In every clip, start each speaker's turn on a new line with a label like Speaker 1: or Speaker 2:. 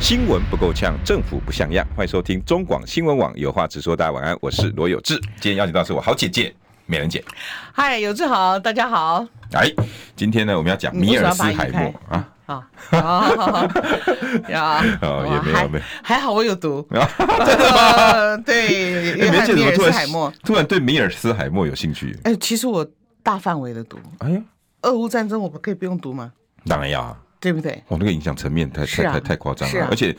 Speaker 1: 新闻不够呛，政府不像样。欢迎收听中广新闻网，有话直说。大家晚安，我是罗有志。今天邀请到是我好姐姐美人姐。
Speaker 2: 嗨，有志好，大家好。
Speaker 1: 哎，今天呢，我们要讲米尔斯海
Speaker 2: 你为什么要把它移
Speaker 1: 默啊。
Speaker 2: 好，好好好好，呀
Speaker 1: 哦也没有
Speaker 2: 还
Speaker 1: 没有
Speaker 2: 还好我有 毒。
Speaker 1: 啊
Speaker 2: 真的吗？ 对，约
Speaker 1: 哎
Speaker 2: 翰
Speaker 1: 姐
Speaker 2: 米尔
Speaker 1: 突
Speaker 2: 斯
Speaker 1: 然
Speaker 2: 海默。
Speaker 1: 突然对米尔斯海默有兴趣？
Speaker 2: 哎，其实我大范围的读，
Speaker 1: 哎呀，
Speaker 2: 俄乌战争我们可以不用读吗？
Speaker 1: 当然要啊！
Speaker 2: 对不对？
Speaker 1: 哇，那个影响层面太
Speaker 2: 是
Speaker 1: 太
Speaker 2: 啊
Speaker 1: 太太夸张
Speaker 2: 是
Speaker 1: 了
Speaker 2: 啊，嗯
Speaker 1: 而且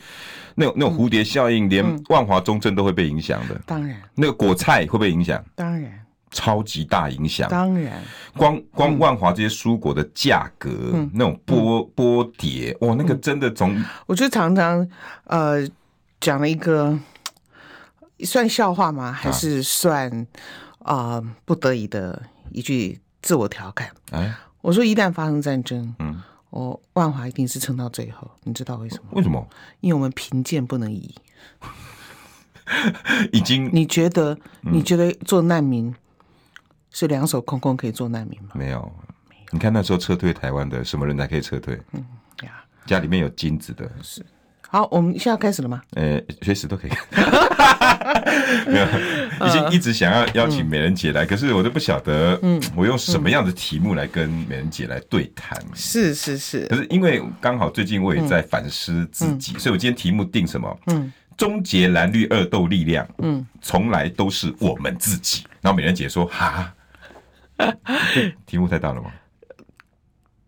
Speaker 1: 那种那种蝴蝶效应，连万华中正都会被影响的。
Speaker 2: 当然，
Speaker 1: 那个果菜会被影响，
Speaker 2: 当然，
Speaker 1: 超级大影响。
Speaker 2: 当嗯然，
Speaker 1: 光光万华这些蔬果的价格，
Speaker 2: 嗯
Speaker 1: 那种波波跌，哇，那个真的从
Speaker 2: 我就常常呃讲了一个算笑话吗？
Speaker 1: 啊
Speaker 2: 还是算啊、呃不得已的一句自我调侃？
Speaker 1: 哎，
Speaker 2: 我说一旦发生战争，
Speaker 1: 嗯，
Speaker 2: 我万华一定是撑到最后，你知道为什么？
Speaker 1: 为什么
Speaker 2: 因为我们贫贱不能移。
Speaker 1: 已经
Speaker 2: 你觉得
Speaker 1: 嗯
Speaker 2: 你觉得做难民是两手空空可以做难民吗？
Speaker 1: 没有？你看那时候撤退台湾的什么人才可以撤退？
Speaker 2: 嗯呀，
Speaker 1: 家里面有金子的，
Speaker 2: 好，我们现在开始了吗？
Speaker 1: 呃，随时都可以。 没有，已经一直想要邀请美人姐来，可是我都不晓得，我用什么样的题目来跟美人姐来对谈。
Speaker 2: 是是是
Speaker 1: 可，是因为刚好最近我也在反思自己，所以我今天题目定什么？嗯，终结蓝绿恶斗力量，嗯，从来都是我们自己。然后美人姐说：“ 哈，这题目太大了吗？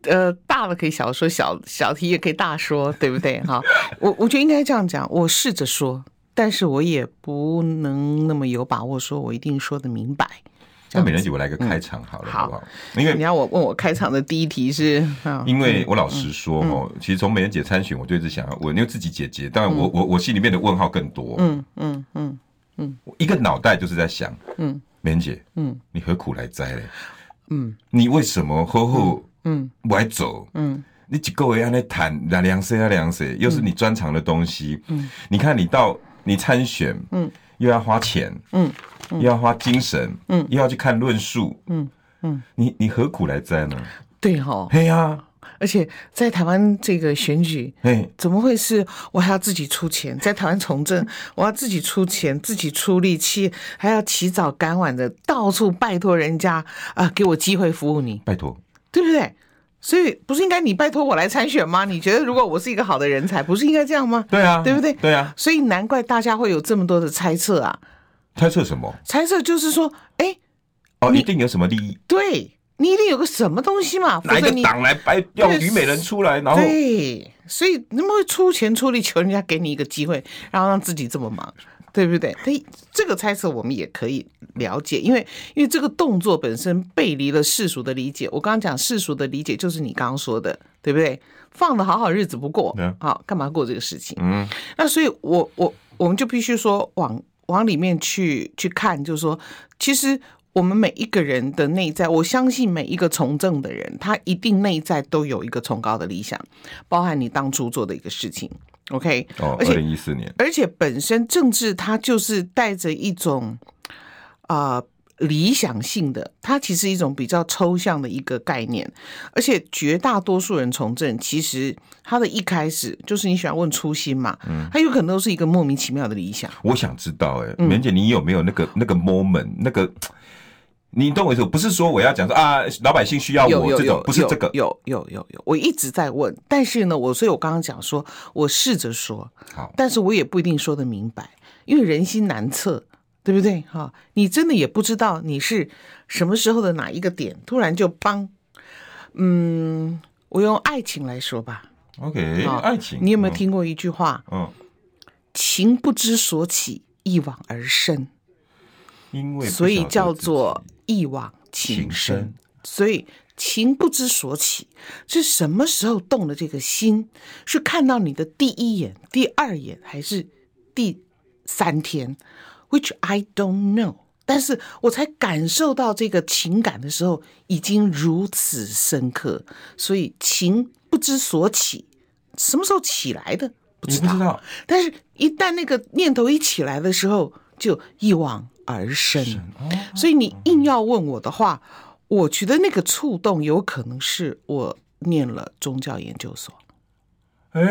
Speaker 2: 呃，大了可以小说，小小题也可以大说，对不对？哈， 我我觉得应该这样讲，我试着说，但是我也不能那么有把握说我一定说的明白。这
Speaker 1: 那
Speaker 2: 样
Speaker 1: 美人姐，我来个开场好了，
Speaker 2: 嗯
Speaker 1: 好不好？因为
Speaker 2: 你要我问我开场的第一题是啊，
Speaker 1: 因为我老实说哦，其实从美人姐参选，我就一直想要问，因为自己姐姐，当然我我我心里面的问号更多。嗯
Speaker 2: 嗯嗯，
Speaker 1: 一个脑袋就是在想，嗯，美人姐，嗯，你何苦来哉嘞？嗯，你为什么后后嗯不爱走？嗯，你几个月安尼谈哪两岁啊两岁，又是你专长的东西。嗯，你看你到你参选，嗯，又要花钱，嗯，又要花精神，嗯，又要去看论述，嗯嗯，你你何苦来哉呢？
Speaker 2: 对哈、
Speaker 1: 嘿呀，
Speaker 2: 而且在台湾这个选举，
Speaker 1: 嘿。
Speaker 2: 怎么会是我还要自己出钱？在台湾从政，我要自己出钱，自己出力气，还要起早赶晚的到处拜托人家啊、给我机会服务你，
Speaker 1: 拜托，
Speaker 2: 对不对？所以不是应该你拜托我来参选吗？你觉得如果我是一个好的人才，不是应该这样吗？
Speaker 1: 对啊，
Speaker 2: 对不对
Speaker 1: 对啊，
Speaker 2: 所以难怪大家会有这么多的猜测啊！
Speaker 1: 猜测什么？
Speaker 2: 猜测就是说，哎，
Speaker 1: 哦，一定有什么利益，对，
Speaker 2: 你一定有个什么东西嘛，否
Speaker 1: 哪一
Speaker 2: 则
Speaker 1: 个
Speaker 2: 你
Speaker 1: 党来掰要虞美人出来，然后
Speaker 2: 对，所以那么会出钱出力求人家给你一个机会，然后让自己这么忙，对不对？所以这个猜测我们也可以了解，因为因为这个动作本身背离了世俗的理解。我刚刚讲世俗的理解就是你刚刚说的，对不对？放的好好日子不过
Speaker 1: 对啊，
Speaker 2: 好、干嘛过这个事情？
Speaker 1: 嗯，
Speaker 2: 那所以我我我们就必须说往往里面去去看，就是说，其实我们每一个人的内在，我相信每一个从政的人，他一定内在都有一个崇高的理想，包含你当初做的一个事情，OK，、
Speaker 1: 哦，
Speaker 2: 而
Speaker 1: 二
Speaker 2: 且
Speaker 1: 零一四年，
Speaker 2: 而且本身政治它就是带着一种啊、呃理想性的，它其实一种比较抽象的一个概念，而且绝大多数人从政，其实他的一开始就是你喜欢问初心嘛，嗯，他有可能都是一个莫名其妙的理想，
Speaker 1: 我想知道，哎，
Speaker 2: 嗯
Speaker 1: 美人姐，你有没有那个那个 moment 那个？你懂我意思？不是说我要讲说啊，老百姓需要
Speaker 2: 有
Speaker 1: 我
Speaker 2: 有
Speaker 1: 这种
Speaker 2: 有，，
Speaker 1: 不是这个
Speaker 2: 有有有有有，我一直在问，但是呢，我所以我刚刚讲说，我试着说，
Speaker 1: 好。
Speaker 2: 但是我也不一定说得明白，因为人心难测，对不对？哈、你真的也不知道你是什么时候的哪一个点，突然就帮，嗯，我用爱情来说吧，
Speaker 1: OK，
Speaker 2: 啊
Speaker 1: 爱情，
Speaker 2: 你有没有听过一句话？
Speaker 1: 嗯？
Speaker 2: 情不知所起，一往而深，
Speaker 1: 嗯，因为不
Speaker 2: 所以
Speaker 1: 晓得
Speaker 2: 叫
Speaker 1: 自己
Speaker 2: 做一往
Speaker 1: 情
Speaker 2: 情深
Speaker 1: 深。，
Speaker 2: 所以情不知所起，是什么时候动了这个心？是看到你的第一眼、第二眼，还是第三天？Which I don't know。但是我才感受到这个情感的时候，已经如此深刻。所以情不知所起，什么时候起来的不
Speaker 1: 你
Speaker 2: 知
Speaker 1: 不
Speaker 2: 道，
Speaker 1: 知道，
Speaker 2: 但是一旦那个念头一起来的时候，就一往而生。所以你硬要问我的话，我觉得那个触动有可能是我念了宗教研究所。
Speaker 1: 哎、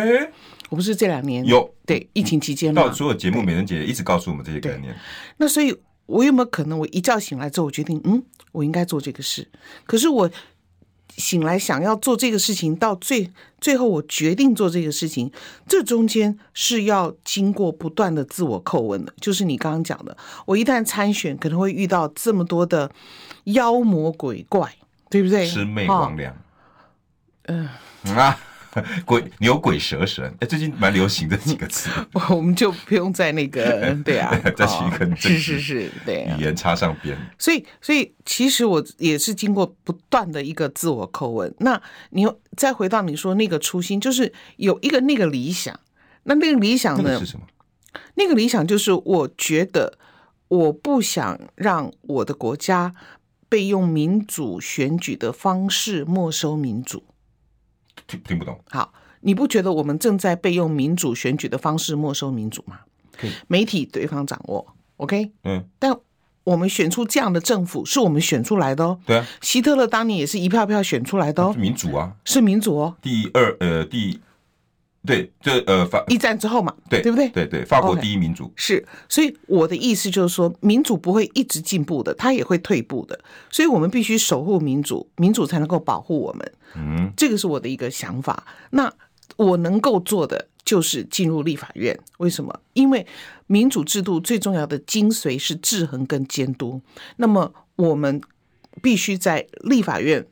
Speaker 2: 我不是这两年
Speaker 1: 有
Speaker 2: 对疫情期间嘛
Speaker 1: 到，所有节目，美人姐一直告诉我们这些概念。
Speaker 2: 那所以我有没有可能，我一觉醒来之后，我决定，嗯，我应该做这个事。可是我醒来想要做这个事情，到最最后我决定做这个事情，这中间是要经过不断的自我叩问的。就是你刚刚讲的，我一旦参选，可能会遇到这么多的妖魔鬼怪，对不对？
Speaker 1: 魑魅
Speaker 2: 哦
Speaker 1: 魍魉。嗯啊，鬼牛鬼蛇神，哎、最近蛮流行这几个词，，
Speaker 2: 我们就不用再那个，对啊
Speaker 1: 再取一个
Speaker 2: 哦
Speaker 1: 政治
Speaker 2: 是是是， 对啊、
Speaker 1: 语言插上边。
Speaker 2: 所以，所以其实我也是经过不断的一个自我叩问。那你又再回到你说那个初心，就是有一个那个理想，那那个理想
Speaker 1: 那个
Speaker 2: 呢？
Speaker 1: 是什么？
Speaker 2: 那个理想就是，我觉得我不想让我的国家被用民主选举的方式没收民主。
Speaker 1: 听听不懂。
Speaker 2: 好，你不觉得我们正在被用民主选举的方式没收民主吗
Speaker 1: 对？
Speaker 2: 媒体对方掌握，OK？
Speaker 1: 嗯，
Speaker 2: 但我们选出这样的政府，是我们选出来的哦。
Speaker 1: 对啊，
Speaker 2: 希特勒当年也是一票票选出来的哦，
Speaker 1: 民主啊，
Speaker 2: 是民主哦。
Speaker 1: 第二呃第，对，这呃法
Speaker 2: 一战之后嘛，
Speaker 1: 对
Speaker 2: 对不对？
Speaker 1: 对对，法国
Speaker 2: OK
Speaker 1: 第一民主。
Speaker 2: 是，所以我的意思就是说，民主不会一直进步的，它也会退步的，所以我们必须守护民主，民主才能够保护我们。
Speaker 1: 嗯，
Speaker 2: 这个是我的一个想法。那我能够做的就是进入立法院，为什么？因为民主制度最重要的精髓是制衡跟监督。那么我们必须在立法院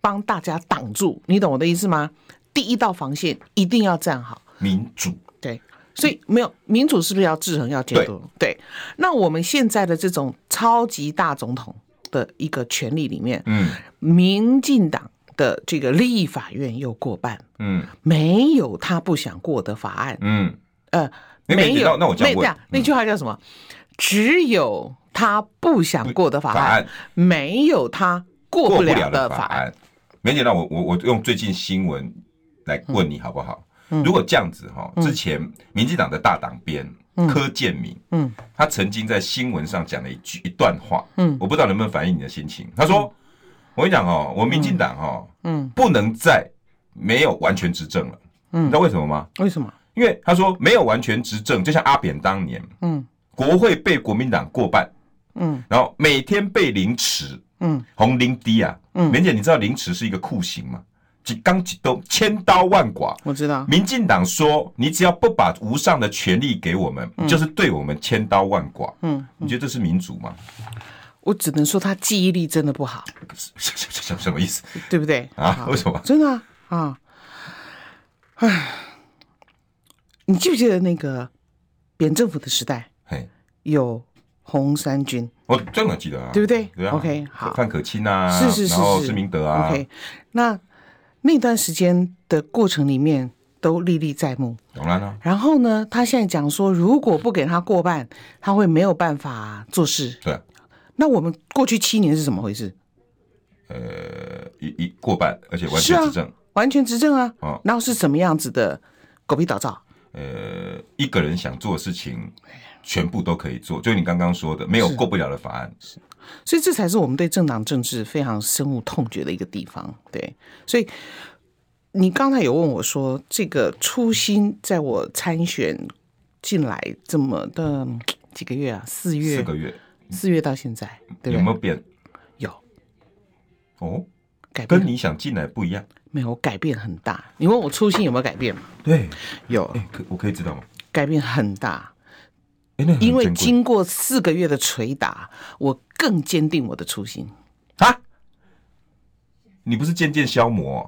Speaker 2: 帮大家挡住，你懂我的意思吗？第一道防线一定要站好。
Speaker 1: 民主
Speaker 2: 对，所以没有民主是不是要制衡要监督？对，那我们现在的这种超级大总统的一个权力里面，
Speaker 1: 嗯，
Speaker 2: 民进党的这个立法院又过半，
Speaker 1: 嗯
Speaker 2: 没有他不想过的法案，
Speaker 1: 嗯，
Speaker 2: 呃，
Speaker 1: 那
Speaker 2: 没
Speaker 1: 那
Speaker 2: 有，
Speaker 1: 那那我这样问嗯
Speaker 2: 那那句话叫什么？只有他不想过的法
Speaker 1: 法
Speaker 2: 案
Speaker 1: 案，
Speaker 2: 没有他过
Speaker 1: 过
Speaker 2: 不
Speaker 1: 不了的
Speaker 2: 了的
Speaker 1: 法
Speaker 2: 法案。
Speaker 1: 案。梅姐，那我我我用最近新闻来
Speaker 2: 嗯
Speaker 1: 问你好不好？如果这样子哈，之前民进党的大党鞭柯建明，
Speaker 2: 嗯，
Speaker 1: 他曾经在新闻上讲了一句一段话，
Speaker 2: 嗯
Speaker 1: 我不知道能不能反映你的心情。他说：“我跟你讲哦，我们民进党哦，
Speaker 2: 嗯，
Speaker 1: 不能再没有完全执政了。
Speaker 2: 嗯
Speaker 1: 你知道为什么吗？
Speaker 2: 为什么？
Speaker 1: 因为他说没有完全执政，就像阿扁当年，
Speaker 2: 嗯
Speaker 1: 国会被国民党过半，
Speaker 2: 嗯
Speaker 1: 然后每天被凌迟，
Speaker 2: 嗯，
Speaker 1: 红凌低啊，
Speaker 2: 嗯
Speaker 1: 梅姐，你知道凌迟是一个酷刑吗？几刚几刀，千刀万剐。
Speaker 2: 我知道。
Speaker 1: 民进党说，你只要不把无上的权力给我们，就是对我们千刀万剐。
Speaker 2: 嗯，
Speaker 1: 你觉得这是民主吗？
Speaker 2: 我只能说他记忆力真的不好，
Speaker 1: 什什什什什么意思
Speaker 2: 对不对？
Speaker 1: 啊？
Speaker 2: 好
Speaker 1: 为什么？
Speaker 2: 真的啊，啊，唉，你记不记得那个扁政府的时代
Speaker 1: 嘿，
Speaker 2: 有红三军？
Speaker 1: 我真的记得啊，
Speaker 2: 对不对
Speaker 1: 对啊
Speaker 2: OK，好
Speaker 1: 范可钦啊，
Speaker 2: 是是是
Speaker 1: 然后
Speaker 2: 是
Speaker 1: 施明德啊
Speaker 2: OK，那那段时间的过程里面都历历在目。
Speaker 1: 当然啊，
Speaker 2: 然后呢，他现在讲说，如果不给他过半，他会没有办法做事。
Speaker 1: 对，啊
Speaker 2: 那我们过去七年是怎么回事？
Speaker 1: 呃，一一过半，而且完
Speaker 2: 是
Speaker 1: 全
Speaker 2: 啊
Speaker 1: 执政，
Speaker 2: 完全执政啊，
Speaker 1: 哦
Speaker 2: 然后是什么样子的狗屁倒灶？
Speaker 1: 呃，一个人想做的事情，全部都可以做，就你刚刚说的，没有过不了的法案。
Speaker 2: 所以这才是我们对政党政治非常深恶痛绝的一个地方。对，所以你刚才有问我说，这个初心在我参选进来这么的嗯几个月啊，四
Speaker 1: 四
Speaker 2: 月，
Speaker 1: 个月
Speaker 2: 四月到现在，对
Speaker 1: 有
Speaker 2: 不
Speaker 1: 没
Speaker 2: 对？
Speaker 1: 有变？
Speaker 2: 有
Speaker 1: 哦，
Speaker 2: 改变
Speaker 1: 跟你想进来不一样。
Speaker 2: 没有？改变很大。你问我初心有没有改变吗？
Speaker 1: 对，
Speaker 2: 有，
Speaker 1: 哎，可我可以知道吗？
Speaker 2: 改变很大。
Speaker 1: 哎，那很
Speaker 2: 因为
Speaker 1: 珍贵
Speaker 2: 经过四个月的捶打，我更坚定我的初心。
Speaker 1: 啊，你不是渐渐消磨哦，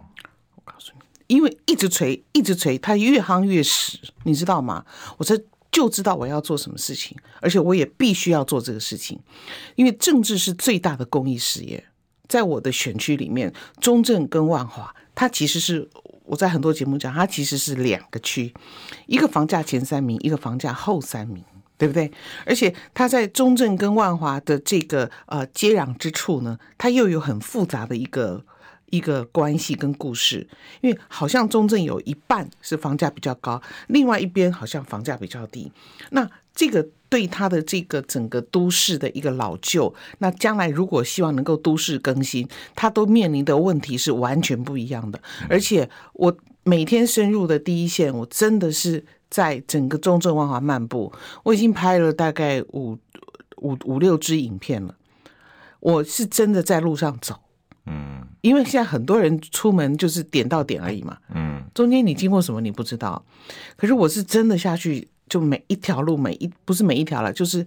Speaker 2: 因为一直锤，一直锤，它越夯越实，你知道吗？我这就知道我要做什么事情，而且我也必须要做这个事情，因为政治是最大的公益事业。在我的选区里面，中正跟万华，它其实是我在很多节目讲，它其实是两个区，一个房价前三名，一个房价后三名。对不对？而且它在中正跟万华的这个呃接壤之处呢，它又有很复杂的一个一个关系跟故事，因为好像中正有一半是房价比较高，另外一边好像房价比较低。那这个对它的这个整个都市的一个老旧，那将来如果希望能够都市更新，它都面临的问题是完全不一样的。而且我每天深入的第一线，我真的是在整个中正万华漫步，我已经拍了大概五五五六支影片了。我是真的在路上走，
Speaker 1: 嗯
Speaker 2: 因为现在很多人出门就是点到点而已嘛，
Speaker 1: 嗯，
Speaker 2: 中间你经过什么你不知道，可是我是真的下去，就每一条路每一不是每一条了，就是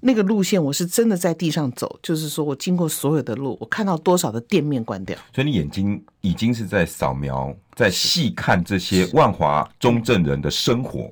Speaker 2: 那个路线，我是真的在地上走，就是说我经过所有的路，我看到多少的店面关掉，
Speaker 1: 所以你眼睛已经是在扫描，在细看这些万华中正人的生活，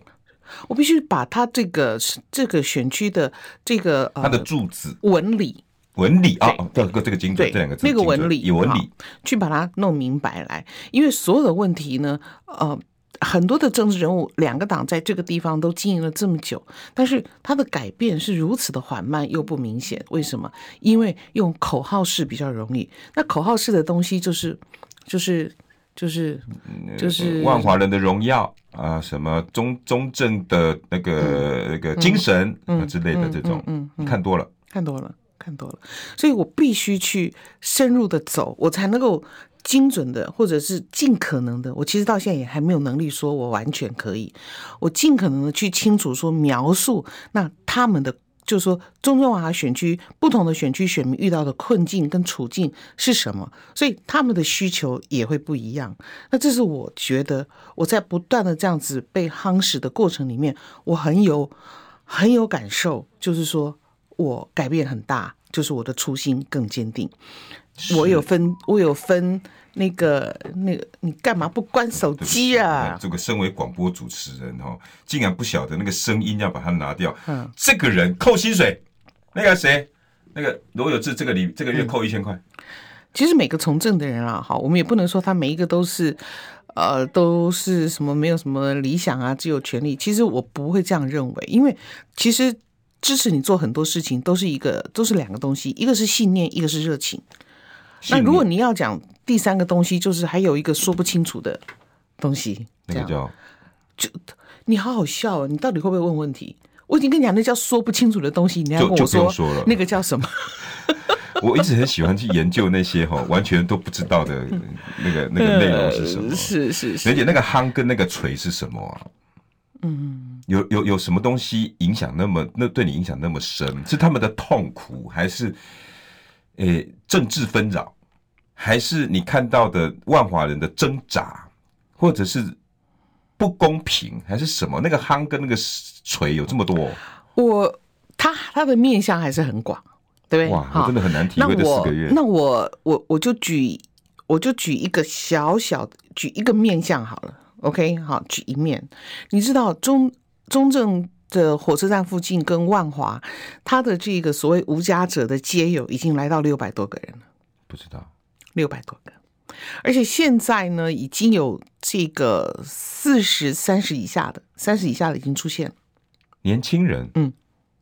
Speaker 2: 我必须把它这个这个选区的这个
Speaker 1: 他的
Speaker 2: 呃
Speaker 1: 住址、
Speaker 2: 纹理
Speaker 1: 纹理啊，哦这个这个精准，
Speaker 2: 对
Speaker 1: 这两个字
Speaker 2: 那个
Speaker 1: 精准
Speaker 2: 纹理啊
Speaker 1: 有纹
Speaker 2: 好
Speaker 1: 理，
Speaker 2: 去把它弄明白来，因为所有的问题呢，呃。很多的政治人物，两个党在这个地方都经营了这么久，但是它的改变是如此的缓慢又不明显。为什么？因为用口号式比较容易。那口号式的东西就是，就是，就是，就是
Speaker 1: 呃万华人的荣耀啊、什么中中正的那
Speaker 2: 嗯
Speaker 1: 个、那个精神、啊之类的这种，你看多了，
Speaker 2: 看多了，看多了，所以我必须去深入的走，我才能够精准的，或者是尽可能的。我其实到现在也还没有能力说我完全可以，我尽可能的去清楚说描述那他们的。就是说中正万华选区不同的选区选民遇到的困境跟处境是什么，所以他们的需求也会不一样。那这是我觉得我在不断的这样子被夯实的过程里面，我很有很有感受，就是说我改变很大，就是我的初心更坚定。我有分，我有分那个那个，你干嘛不关手机啊？
Speaker 1: 哎这个身为广播主持人哦，竟然不晓得那个声音要把它拿掉。嗯，这个人扣薪水，那个谁，那个罗有志，这个礼这个
Speaker 2: 嗯
Speaker 1: 月扣一千块，
Speaker 2: 其实每个从政的人啊，哈，我们也不能说他每一个都是，呃，都是什么没有什么理想啊，只有权利。其实我不会这样认为，因为其实支持你做很多事情都是一个，都是两个东西，一个是信念，一个是热情。那
Speaker 1: 信
Speaker 2: 如果
Speaker 1: 念
Speaker 2: 你要讲第三个东西，就是还有一个说不清楚的东西，
Speaker 1: 那
Speaker 2: 这
Speaker 1: 个
Speaker 2: 样。
Speaker 1: 叫
Speaker 2: 你好好笑啊！你到底会不会问问题？我已经跟你讲，那叫说不清楚的东西，你还跟
Speaker 1: 就
Speaker 2: 我
Speaker 1: 就不用
Speaker 2: 说
Speaker 1: 说了
Speaker 2: 那个叫什么？
Speaker 1: 我一直很喜欢去研究那些哈完全都不知道的那个那个内容是什么。
Speaker 2: 呃是是
Speaker 1: 而
Speaker 2: 是，
Speaker 1: 且那个夯跟那个锤是什么啊？嗯，有有有什么东西影响那么那对你影响那么深？是他们的痛苦，还是诶、政治纷扰，还是你看到的万华人的挣扎，或者是不公平，还是什么？那个夯跟那个锤有这么多，
Speaker 2: 我他他的面向还是很广，对不对？
Speaker 1: 哇，
Speaker 2: 哈
Speaker 1: 我真的很难体
Speaker 2: 那
Speaker 1: 会这四
Speaker 2: 我
Speaker 1: 个月。
Speaker 2: 那我我我就举我就举一个小小的举一个面相好了，OK，好，举一面。你知道中中正的火车站附近跟万华，它的这个所谓无家者的街友已经来到六百多个人了。
Speaker 1: 不知道，
Speaker 2: 六百多个，而且现在呢，已经有这个四十三十以下的，三十以下的已经出现了
Speaker 1: 年轻人，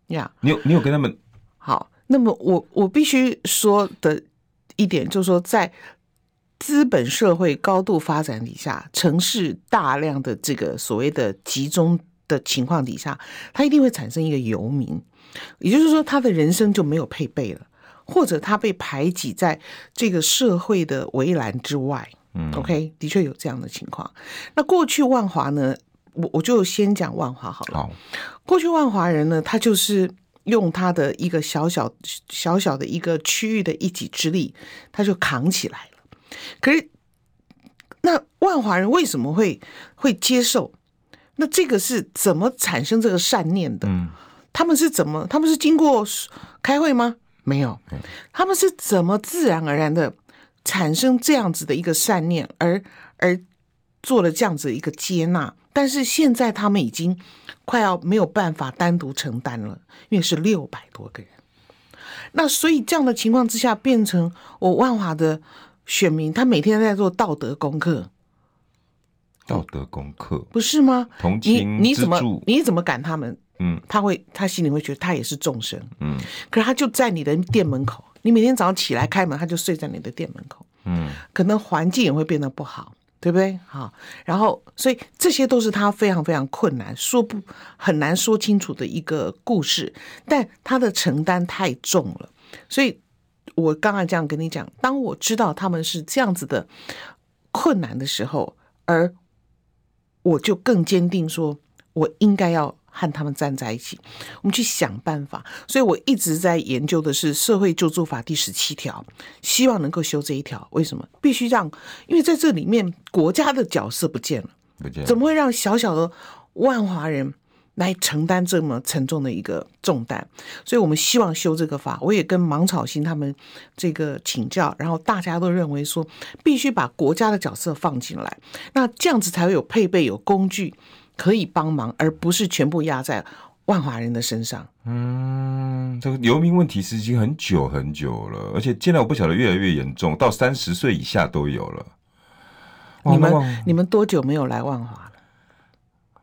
Speaker 2: 呀。
Speaker 1: 你有你有跟他们
Speaker 2: 好，那么我我必须说的一点就是说，在资本社会高度发展底下，城市大量的这个所谓的集中的情况底下，它一定会产生一个游民，也就是说，他的人生就没有配备了，或者他被排挤在这个社会的围栏之外。
Speaker 1: 嗯
Speaker 2: OK，的确有这样的情况。那过去万华呢，我我就先讲万华好了。
Speaker 1: 好，
Speaker 2: 过去万华人呢，他就是用他的一个小小小小的一个区域的一己之力，他就扛起来了。可是，那万华人为什么会会接受？那这个是怎么产生这个善念的？
Speaker 1: 嗯
Speaker 2: 他们是怎么？他们是经过开会吗？没有
Speaker 1: 嗯，
Speaker 2: 他们是怎么自然而然的产生这样子的一个善念，而而做了这样子的一个接纳？但是现在他们已经快要没有办法单独承担了，因为是六百多个人。那所以这样的情况之下，变成我万华的选民，他每天在做道德功课，
Speaker 1: 道德功课，
Speaker 2: 不是吗？
Speaker 1: 同
Speaker 2: 你
Speaker 1: 情
Speaker 2: 你
Speaker 1: 之
Speaker 2: 怎么
Speaker 1: 助，
Speaker 2: 你怎么赶他们？嗯，他会他心里会觉得他也是众生，嗯，可是他就在你的店门口，你每天早上起来开门，他就睡在你的店门口，嗯，可能环境也会变得不好，对不对？好，然后所以这些都是他非常非常困难，说不很难说清楚的一个故事，但他的承担太重了，所以我刚才这样跟你讲，当我知道他们是这样子的困难的时候，而我就更坚定说，我应该要。和他们站在一起，我们去想办法。所以我一直在研究的是《社会救助法》第十七条，希望能够修这一条。为什么？必须让，因为在这里面国家的角色不见了，
Speaker 1: 不见了
Speaker 2: 怎么会让小小的万华人来承担这么沉重的一个重担？所以我们希望修这个法。我也跟芒草心他们这个请教，然后大家都认为说，必须把国家的角色放进来，那这样子才会有配备、有工具。可以帮忙，而不是全部压在万华人的身上。
Speaker 1: 嗯，这个游民问题是已经很久很久了，而且现在我不晓得越来越严重，到三十岁以下都有了。哇
Speaker 2: 你
Speaker 1: 哦那
Speaker 2: 们
Speaker 1: 万
Speaker 2: 你们多久没有来万华了？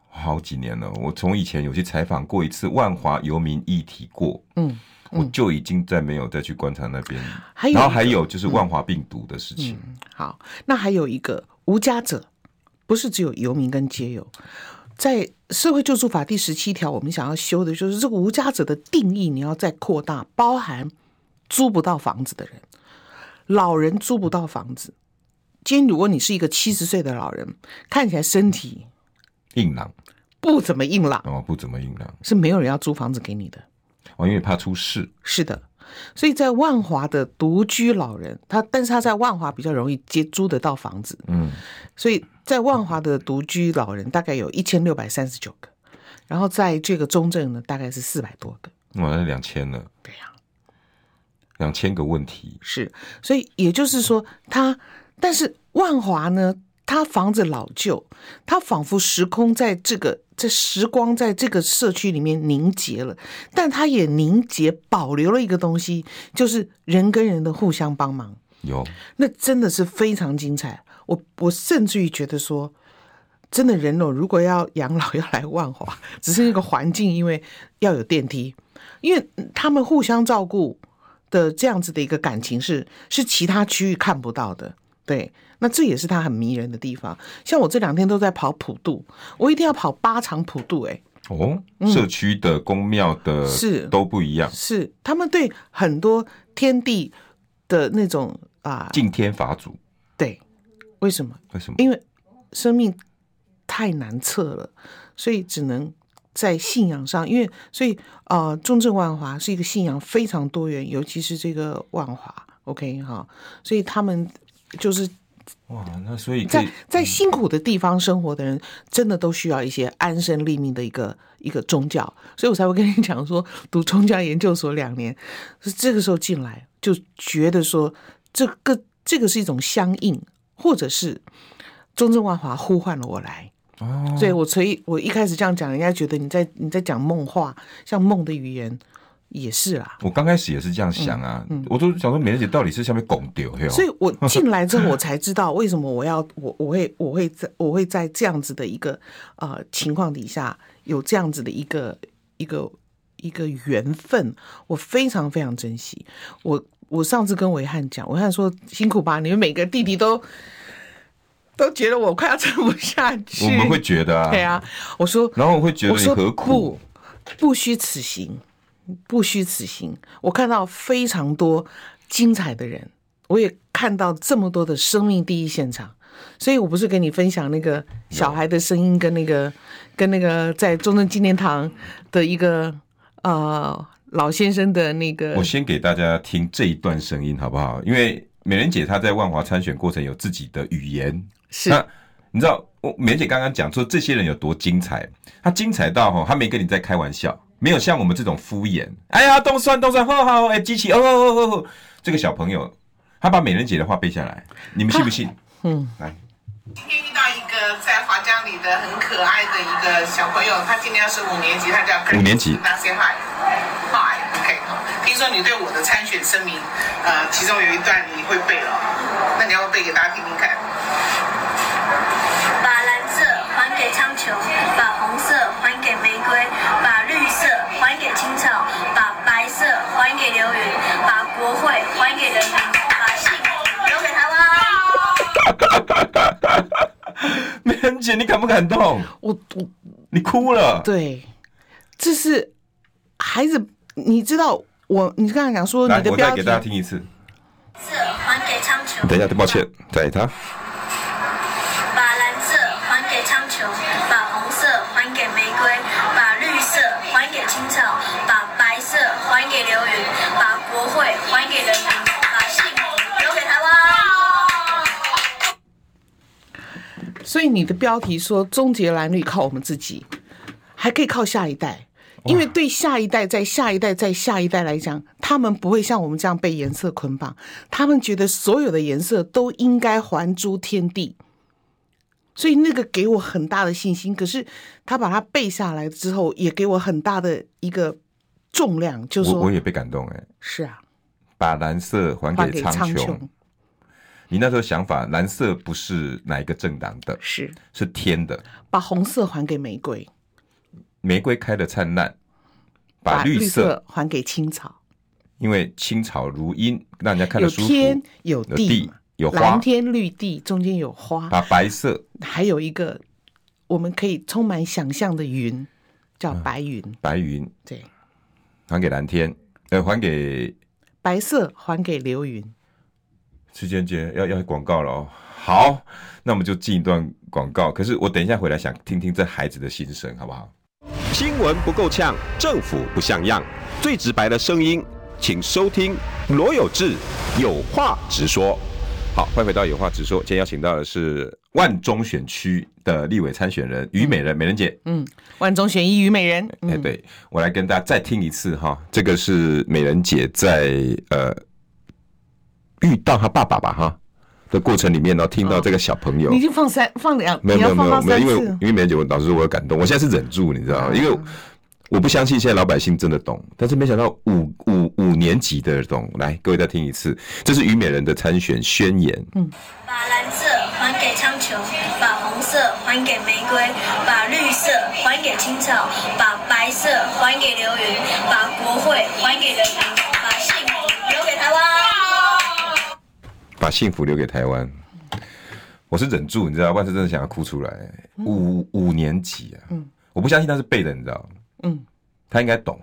Speaker 1: 好几年了，我从以前有去采访过一次万华游民议题过，
Speaker 2: 嗯，
Speaker 1: 我就已经再没有再去观察那边。
Speaker 2: 还有嗯
Speaker 1: 然后
Speaker 2: 一
Speaker 1: 还
Speaker 2: 个
Speaker 1: 有就是万华病毒的事情，
Speaker 2: 好，那还有一个无家者，不是只有游民跟街友，在社会救助法第十七条，我们想要修的就是这个无家者的定义，你要再扩大，包含租不到房子的人，老人租不到房子。今天如果你是一个七十岁的老人，看起来身体
Speaker 1: 硬朗
Speaker 2: 不怎么硬朗，
Speaker 1: 哦，不怎么硬朗
Speaker 2: 是没有人要租房子给你的。
Speaker 1: 哦，因为怕出事。
Speaker 2: 是的，所以在万华的独居老人，他但是他在万华比较容易接租得到房子，嗯，所以在万华的独居老人大概有一千六百三十九个，然后在这个中正呢，大概是四百多个，
Speaker 1: 哇，那两千了，
Speaker 2: 对啊呀、
Speaker 1: 两千个问题，
Speaker 2: 是，所以也就是说他，但是万华呢，他房子老旧，他仿佛时空在这个这时光在这个社区里面凝结了，但他也凝结保留了一个东西，就是人跟人的互相帮忙。
Speaker 1: 有
Speaker 2: 那真的是非常精彩。我我甚至于觉得说，真的人哦，如果要养老要来万华， 只是那个环境，因为要有电梯，因为他们互相照顾的这样子的一个感情是是其他区域看不到的。对，那这也是它很迷人的地方。像我这两天都在跑普渡，我一定要跑八场普渡、欸，
Speaker 1: 哦，社区的、公庙的，
Speaker 2: 是
Speaker 1: 都不一样。
Speaker 2: 是他们对很多天地的那种啊，
Speaker 1: 敬天法祖，
Speaker 2: 对，为什么？
Speaker 1: 为什么？
Speaker 2: 因为生命太难测了，所以只能在信仰上。因为所以呃，中正万华是一个信仰非常多元，尤其是这个万华，OK 哈，所以他们就是
Speaker 1: 哇，那所以这
Speaker 2: 在在辛苦的地方生活的人，真的都需要一些安身立命的一个一个宗教，所以我才会跟你讲说，读宗教研究所两年，是这个时候进来就觉得说，这个这个是一种相应，或者是中正万华呼唤了我来。
Speaker 1: 哦，
Speaker 2: 对我，所以我一开始这样讲，人家觉得你在你在讲梦话，像梦的语言也是啦。
Speaker 1: 我刚开始也是这样想啊，我都想说美人姐到底是下面拱丢，嘿哦
Speaker 2: 嗯所以我进来之后，我才知道为什么我要 我我会我会在我会在这样子的一个呃情况底下有这样子的一个一个一个缘分，我非常非常珍惜。我我上次跟维汉讲，维汉说辛苦吧，你们每个弟弟都都觉得我快要撑不下去，
Speaker 1: 我们会觉得
Speaker 2: 对
Speaker 1: 啊，
Speaker 2: 啊，我说
Speaker 1: 然后我会觉得
Speaker 2: 我
Speaker 1: 你
Speaker 2: 说
Speaker 1: 何苦？
Speaker 2: 不，不虚此行，不虚此行。我看到非常多精彩的人，我也看到这么多的生命第一现场。所以我不是跟你分享那个小孩的声音跟那个跟那个在中正纪念堂的一个呃老先生的那个
Speaker 1: 我先给大家听这一段声音好不好？因为美人姐她在万华参选过程有自己的语言，
Speaker 2: 是
Speaker 1: 那你知道，我梅姐刚刚讲说这些人有多精彩，她精彩到哈，她没跟你在开玩笑，没有像我们这种敷衍。哎呀，动算动算，好好，哎，机器，哦哦哦哦，这个小朋友，他把美人姐的话背下来，你们信不信？嗯，来，
Speaker 3: 今天遇到一个在华江里的很可爱的一个小朋友，他今年是五年级，他叫
Speaker 1: 五年级
Speaker 3: 那些 hi hi OK 好。听说你对我的参选声明，呃，其中有一段你会背了，那你要不要背给大家听听看？
Speaker 4: 法兰社环还给苍穹，把红色还给玫瑰，把绿色还给青草，把白色还给流云，把国会还给人民，把幸福留给台湾。
Speaker 1: 美人姐，你感不感动？
Speaker 2: 我我
Speaker 1: 你哭了，
Speaker 2: 对，这是孩子，你知道我，你刚才讲说
Speaker 1: 来
Speaker 2: 你，的
Speaker 1: 我
Speaker 2: 标
Speaker 1: 再给大家
Speaker 2: 题，啊
Speaker 1: 听一次。
Speaker 4: 色还给苍穹。
Speaker 1: 等一下，抱歉，再他
Speaker 4: 把蓝色还给苍穹，把红色还给玫瑰，把绿色还给青草，把白色还给流云，把国会还给人民，把幸福留给台湾。
Speaker 2: 所以你的标题说终结蓝绿靠我们自己，还可以靠下一代，因为对下一代、在下一代、在下一代来讲，他们不会像我们这样被颜色捆绑，他们觉得所有的颜色都应该还诸天地。所以那个给我很大的信心，可是他把它背下来之后，也给我很大的一个重量，就是
Speaker 1: 我
Speaker 2: 说
Speaker 1: 我也被感动哎、
Speaker 2: 是啊，
Speaker 1: 把蓝色还
Speaker 2: 还
Speaker 1: 给
Speaker 2: 给
Speaker 1: 苍
Speaker 2: 苍
Speaker 1: 穹。
Speaker 2: 穹
Speaker 1: 你那时候想法，蓝色不是哪一个政党的，
Speaker 2: 是
Speaker 1: 是天的。
Speaker 2: 把红色还给玫瑰，
Speaker 1: 玫瑰开的灿烂，把
Speaker 2: 把
Speaker 1: 绿色，
Speaker 2: 色还给青草。
Speaker 1: 因为青草如荫，让人家看
Speaker 2: 有
Speaker 1: 得舒服。
Speaker 2: 天有
Speaker 1: 有地
Speaker 2: 地嘛，
Speaker 1: 有花
Speaker 2: 蓝天绿地，中间有花，
Speaker 1: 把白色，
Speaker 2: 还有一个我们可以充满想象的云，叫白云。
Speaker 1: 白云
Speaker 2: 对，
Speaker 1: 还给蓝天，呃，还给
Speaker 2: 白色还给流云。
Speaker 1: 之间间要要广告了哦。好，那我们就进一段广告。可是我等一下回来想听听这孩子的心声，好不好？
Speaker 5: 新闻不够呛，政府不像样，最直白的声音，请收听罗有志有话直说。
Speaker 1: 好，欢迎回到有话直说。今天邀请到的是万中选区的立委参选人于美人，美人姐。
Speaker 2: 嗯，万中选一虞美人。
Speaker 1: 哎、
Speaker 2: 嗯，
Speaker 1: 对我来跟大家再听一次哈，这个是美人姐在呃遇到她爸爸吧哈的过程里面呢，听到这个小朋友。
Speaker 2: 哦你已经放三放两，
Speaker 1: 没有没
Speaker 2: 你要
Speaker 1: 有没
Speaker 2: 放到
Speaker 1: 有没有，
Speaker 2: 三
Speaker 1: 因为
Speaker 2: 次。啊
Speaker 1: 因为美人姐，我老实说，我有感动，我现在是忍住，你知道吗？因为我不相信现在老百姓真的懂，但是没想到五五五年级的懂。来，各位再听一次，这是虞美人的参选宣言。
Speaker 4: 把蓝色还给苍穹，把红色还给玫瑰，把绿色还给青草，把白色还给流云，把国会还给人民，把幸福留给台湾。
Speaker 1: 把幸福留给台湾。我是忍住，你知道，万是真的想要哭出来。
Speaker 2: 嗯
Speaker 1: 五五年级啊，我不相信他是背的，你知道，
Speaker 2: 嗯，
Speaker 1: 他应该懂。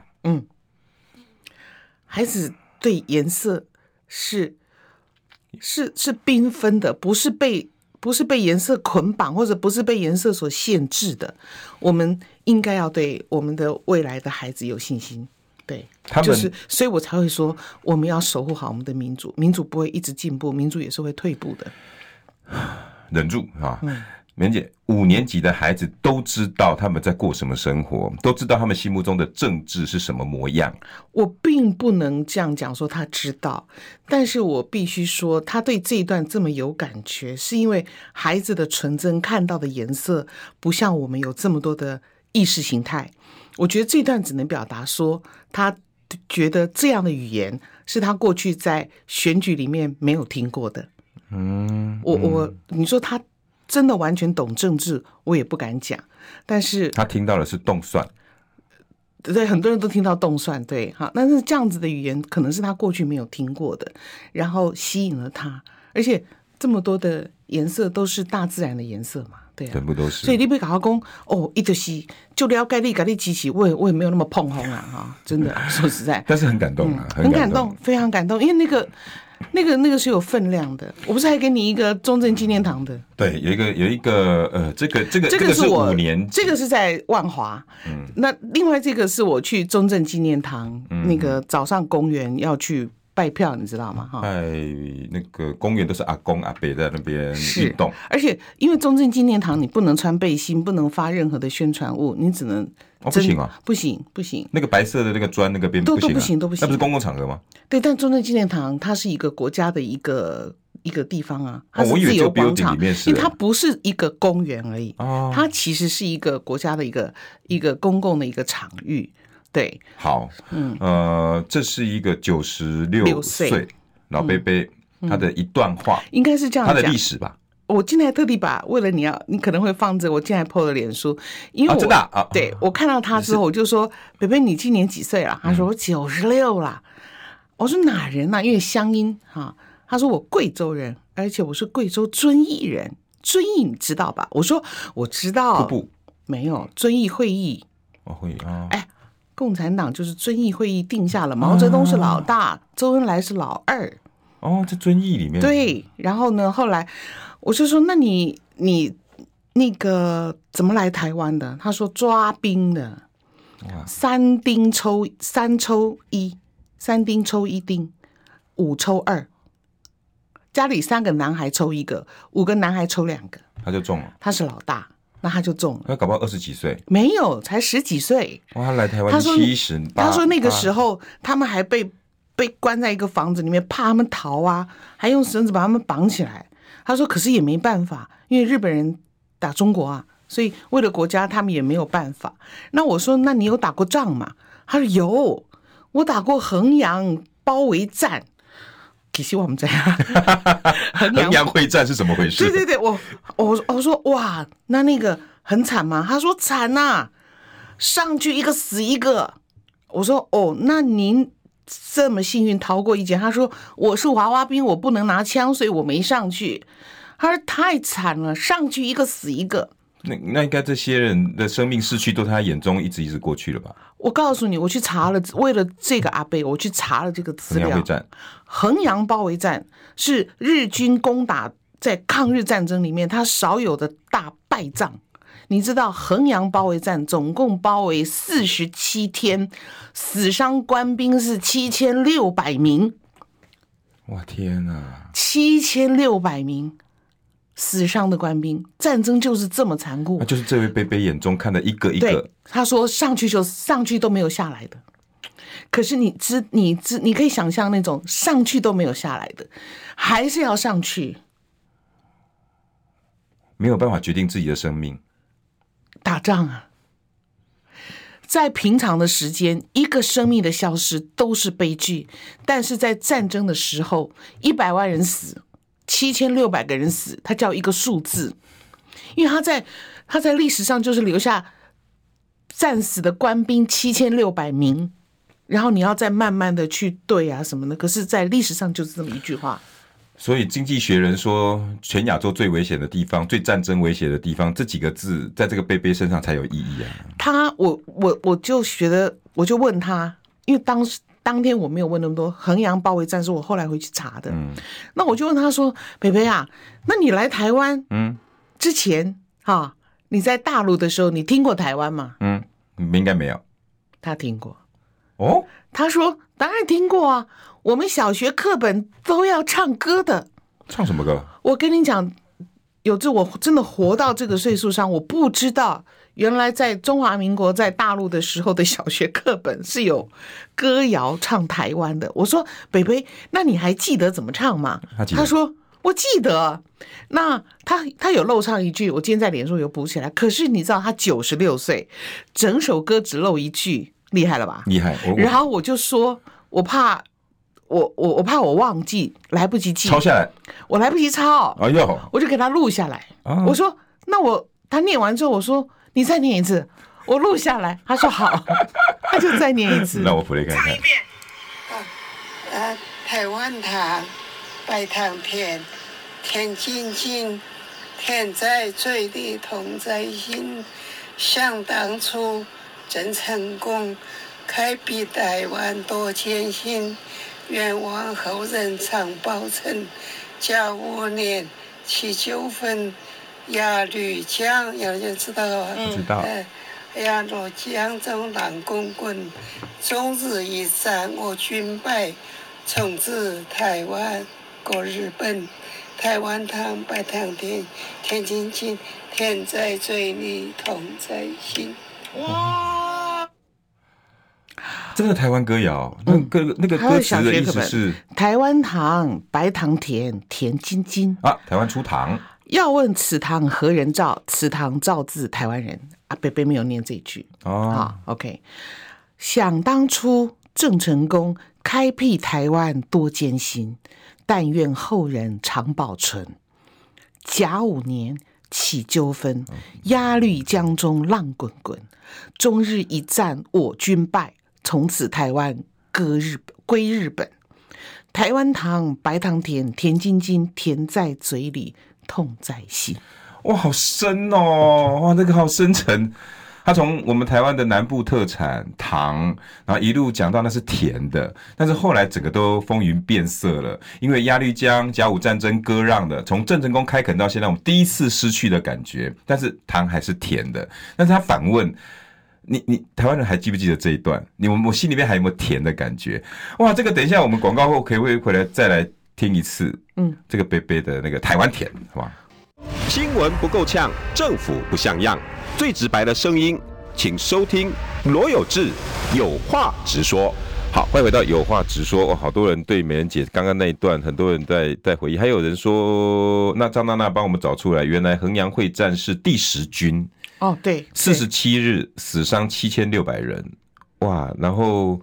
Speaker 2: 孩子对颜色是是是缤纷的，不是被不是被颜色捆绑，或者不是被颜色所限制的。我们应该要对我们的未来的孩子有信心。对，
Speaker 1: 他们
Speaker 2: 就是，所以我才会说，我们要守护好我们的民主，民主不会一直进步，民主也是会退步的。
Speaker 1: 忍住啊。
Speaker 2: 嗯
Speaker 1: 梅姐，五年级的孩子都知道他们在过什么生活，都知道他们心目中的政治是什么模样。
Speaker 2: 我并不能这样讲说他知道，但是我必须说，他对这一段这么有感觉，是因为孩子的纯真看到的颜色不像我们有这么多的意识形态。我觉得这段只能表达说，他觉得这样的语言是他过去在选举里面没有听过的。嗯，我我你说他真的完全懂政治，我也不敢讲，但是
Speaker 1: 他听到的是动算，
Speaker 2: 对，很多人都听到动算，对，好，但是这样子的语言可能是他过去没有听过的，然后吸引了他，而且这么多的颜色都是大自然的颜色嘛，对啊
Speaker 1: 全，部都是。
Speaker 2: 所以你被搞到讲哦，一就是就了解你，跟你支持，我也我也没有那么碰红啊，哈、真的说实在，
Speaker 1: 但是很感动啊，
Speaker 2: 嗯很
Speaker 1: 感
Speaker 2: 感动，。非常感动，因为那个那个那个是有分量的，我不是还给你一个中正纪念堂的。
Speaker 1: 对，有一个有一个呃，这个这个
Speaker 2: 这
Speaker 1: 个
Speaker 2: 个
Speaker 1: 是
Speaker 2: 我
Speaker 1: 五年嗯级，
Speaker 2: 这个是在万华。那另外这个是我去中正纪念堂、
Speaker 1: 嗯
Speaker 2: 那个早上公园要去拜票，你知道吗？哈、
Speaker 1: 在那个公园都是阿公阿伯在那边运
Speaker 2: 是
Speaker 1: 动。，
Speaker 2: 而且因为中正纪念堂你不能穿背心，不能发任何的宣传物，你只能
Speaker 1: 哦不
Speaker 2: 真
Speaker 1: 行啊
Speaker 2: 不行不行。
Speaker 1: 那个白色的那个砖那个边
Speaker 2: 都
Speaker 1: 行、啊，
Speaker 2: 都不行都不行
Speaker 1: 那不是公共场合吗？
Speaker 2: 对，但中正纪念堂它是一个国家的一个一个地方啊，它
Speaker 1: 哦
Speaker 2: 是
Speaker 1: 我以为
Speaker 2: 自由
Speaker 1: 这个 building
Speaker 2: 广场，
Speaker 1: 里面是
Speaker 2: 因为它不是一个公园而已，
Speaker 1: 哦
Speaker 2: 它其实是一个国家的一个一个公共的一个场域。对，
Speaker 1: 好，嗯，呃，这是一个九十六
Speaker 2: 六
Speaker 1: 岁
Speaker 2: 岁嗯
Speaker 1: 老贝贝、他的一段话，
Speaker 2: 应该是这样
Speaker 1: 他
Speaker 2: 讲。
Speaker 1: 的历史吧，
Speaker 2: 我今天还特地把为了你要，你可能会放着，我今天还 PO 了脸书，因为
Speaker 1: 啊
Speaker 2: 我、
Speaker 1: 真的啊啊嗯
Speaker 2: 对我看到他之后，我就说：“北北，你今年几岁了？”他说：“我九十六啦。我说：“哪人呐、啊因为乡音哈、啊他说：“我贵州人，而且我是贵州遵义人。遵义你知道吧？”我说：“我知道。”
Speaker 1: 瀑布
Speaker 2: 没有遵义会议，
Speaker 1: 我会啊，
Speaker 2: 哎，共产党就是遵义会议定下了，毛泽东是老大，周恩来是老二。
Speaker 1: 哦，在遵义里面，，
Speaker 2: 对，然后呢，后来我就说，那你你那个怎么来台湾的？他说抓兵的，三丁抽三抽一，三丁抽一丁，五抽二。家里三个男孩抽一个，五个男孩抽两个，
Speaker 1: 他就中了，
Speaker 2: 他是老大，那他就中了。
Speaker 1: 他搞不好二十几岁，
Speaker 2: 没有，才十几岁，
Speaker 1: 哇，他来台湾
Speaker 2: 他说
Speaker 1: 七十八，
Speaker 2: 他说那个时
Speaker 1: 候
Speaker 2: 候他们还被被关在一个房子里面，怕他们逃啊，还用绳子把他们绑起来。他说，可是也没办法，因为日本人打中国啊，所以为了国家他们也没有办法。那我说，那你有打过仗吗？他说有，我打过衡阳包围战。其实我们这样，衡
Speaker 1: 衡
Speaker 2: 阳
Speaker 1: 啊阳会战是怎么回事？
Speaker 2: 对对对，我我我说哇，那那个很惨吗？他说惨呐、上去一个死一个。我说哦，那您这么幸运逃过一劫。他说我是娃娃兵，我不能拿枪，所以我没上去。他说太惨了，上去一个死一个。
Speaker 1: 那那应该这些人的生命逝去都在他眼中一直一直过去了吧？
Speaker 2: 我告诉你，我去查了，为了这个阿贝，我去查了这个资
Speaker 1: 衡阳
Speaker 2: 料
Speaker 1: 会。战，
Speaker 2: 衡阳包围战是日军攻打在抗日战争里面它少有的大败仗。你知道衡阳包围战总共包围四十七天，死伤官兵是七千六百名，
Speaker 1: 哇天哪！
Speaker 2: 七千六百名死伤的官兵，战争就是这么残酷
Speaker 1: 那。就是这位贝贝眼中看的一啊个一个
Speaker 2: 对，，他说上去就上去都没有下来的。可是你知你知你可以想象那种上去都没有下来的，还是要上去。
Speaker 1: 没有办法决定自己的生命。
Speaker 2: 打仗啊，在平常的时间，一个生命的消失都是悲剧，但是在战争的时候，一百万人死，七千六百个人死，它叫一个数字，因为它在它在历史上就是留下战死的官兵七千六百名。然后你要再慢慢的去对啊什么的，可是，在历史上就是这么一句话。
Speaker 1: 所以，《经济学人》说，全亚洲最危险的地方、最战争危险的地方，这几个字在这个贝贝身上才有意义啊！
Speaker 2: 他，我我我就觉得，我就问他，因为当时当天我没有问那么多，衡阳包围战是我后来回去查的。嗯，那我就问他说：“北北啊，那你来台湾，嗯，之前啊，你在大陆的时候，你听过台湾吗
Speaker 1: 嗯，你们应该没有？”
Speaker 2: 他听过，
Speaker 1: 哦，
Speaker 2: 他说：“当然听过啊，我们小学课本都要唱歌的。”
Speaker 1: 唱什么歌？
Speaker 2: 我跟你讲，有志，我真的活到这个岁数上，我不知道原来在中华民国在大陆的时候的小学课本是有歌谣唱台湾的。我说北北，那你还记得怎么唱吗？
Speaker 1: 他记得
Speaker 2: 说我记得。那他他有漏唱一句，我今天在脸书有补起来。可是你知道他九十六岁，整首歌只漏一句，厉害了吧？
Speaker 1: 厉害！我
Speaker 2: 然
Speaker 1: 我
Speaker 2: 后我就说，我怕。我我我怕我忘记，来不及记，
Speaker 1: 抄下来。
Speaker 2: 我来不及抄。
Speaker 1: 哎呦，
Speaker 2: 我就给他录下来。
Speaker 1: 啊
Speaker 2: 我说：“那我他念完之后，我说你再念一次，我录下来。”他说：“好。” 他就再念一次。
Speaker 1: 那我 play 看看。
Speaker 6: 啊，台湾堂，拜堂天，天津津，天在最地同在心。想当初真成功，开辟台湾多艰辛。愿望后人常保存，甲午年七九分，鸭绿江有人知道啊？
Speaker 1: 不知道
Speaker 6: 哎呀，若江中浪滚滚，终日一战我军败，统治台湾国日本，台湾堂拜堂天，天津津，天在罪里同在心。
Speaker 1: 真的台湾歌谣，那个、那个
Speaker 2: 还
Speaker 1: 歌
Speaker 2: 有
Speaker 1: 词
Speaker 2: 小
Speaker 1: 的
Speaker 2: 学
Speaker 1: 意
Speaker 2: 课
Speaker 1: 思是
Speaker 2: 本：台湾糖，白糖甜，甜津津。
Speaker 1: 啊，台湾出糖，
Speaker 2: 要问此糖何人造？此糖造自台湾人。啊，北北没有念这一句。
Speaker 1: 哦，
Speaker 2: 啊、o k 想当初郑成功开辟台湾多艰辛，但愿后人常保存。甲午年起纠纷，
Speaker 1: 嗯
Speaker 2: 压绿江中浪滚滚，中日一战我军败，从此台湾割日归日本。台湾糖、白糖甜，甜津津，甜在嘴里，痛在心。
Speaker 1: 哇，好深哦！哇，那个好深沉。他从我们台湾的南部特产糖，然后一路讲到那是甜的，但是后来整个都风云变色了，因为鸭绿江、甲午战争割让的，从郑成功开垦到现在，我们第一次失去的感觉，但是糖还是甜的。但是他反问。你你台湾人还记不记得这一段？你我我心里面还有没有甜的感觉？哇，这个等一下我们广告后可以会回来再来听一次。嗯，这个贝贝的那个台湾甜，好吧？
Speaker 5: 新闻不够呛，政府不像样，最直白的声音，请收听罗有志有话直说。
Speaker 1: 好，欢迎回到有话直说。哇，好多人对美人姐刚刚那一段，很多人在在回忆，还有人说，那张娜娜帮我们找出来，原来衡阳会战是第十军。
Speaker 2: 哦，对，
Speaker 1: 四十七日死伤七千六百人，哇！然后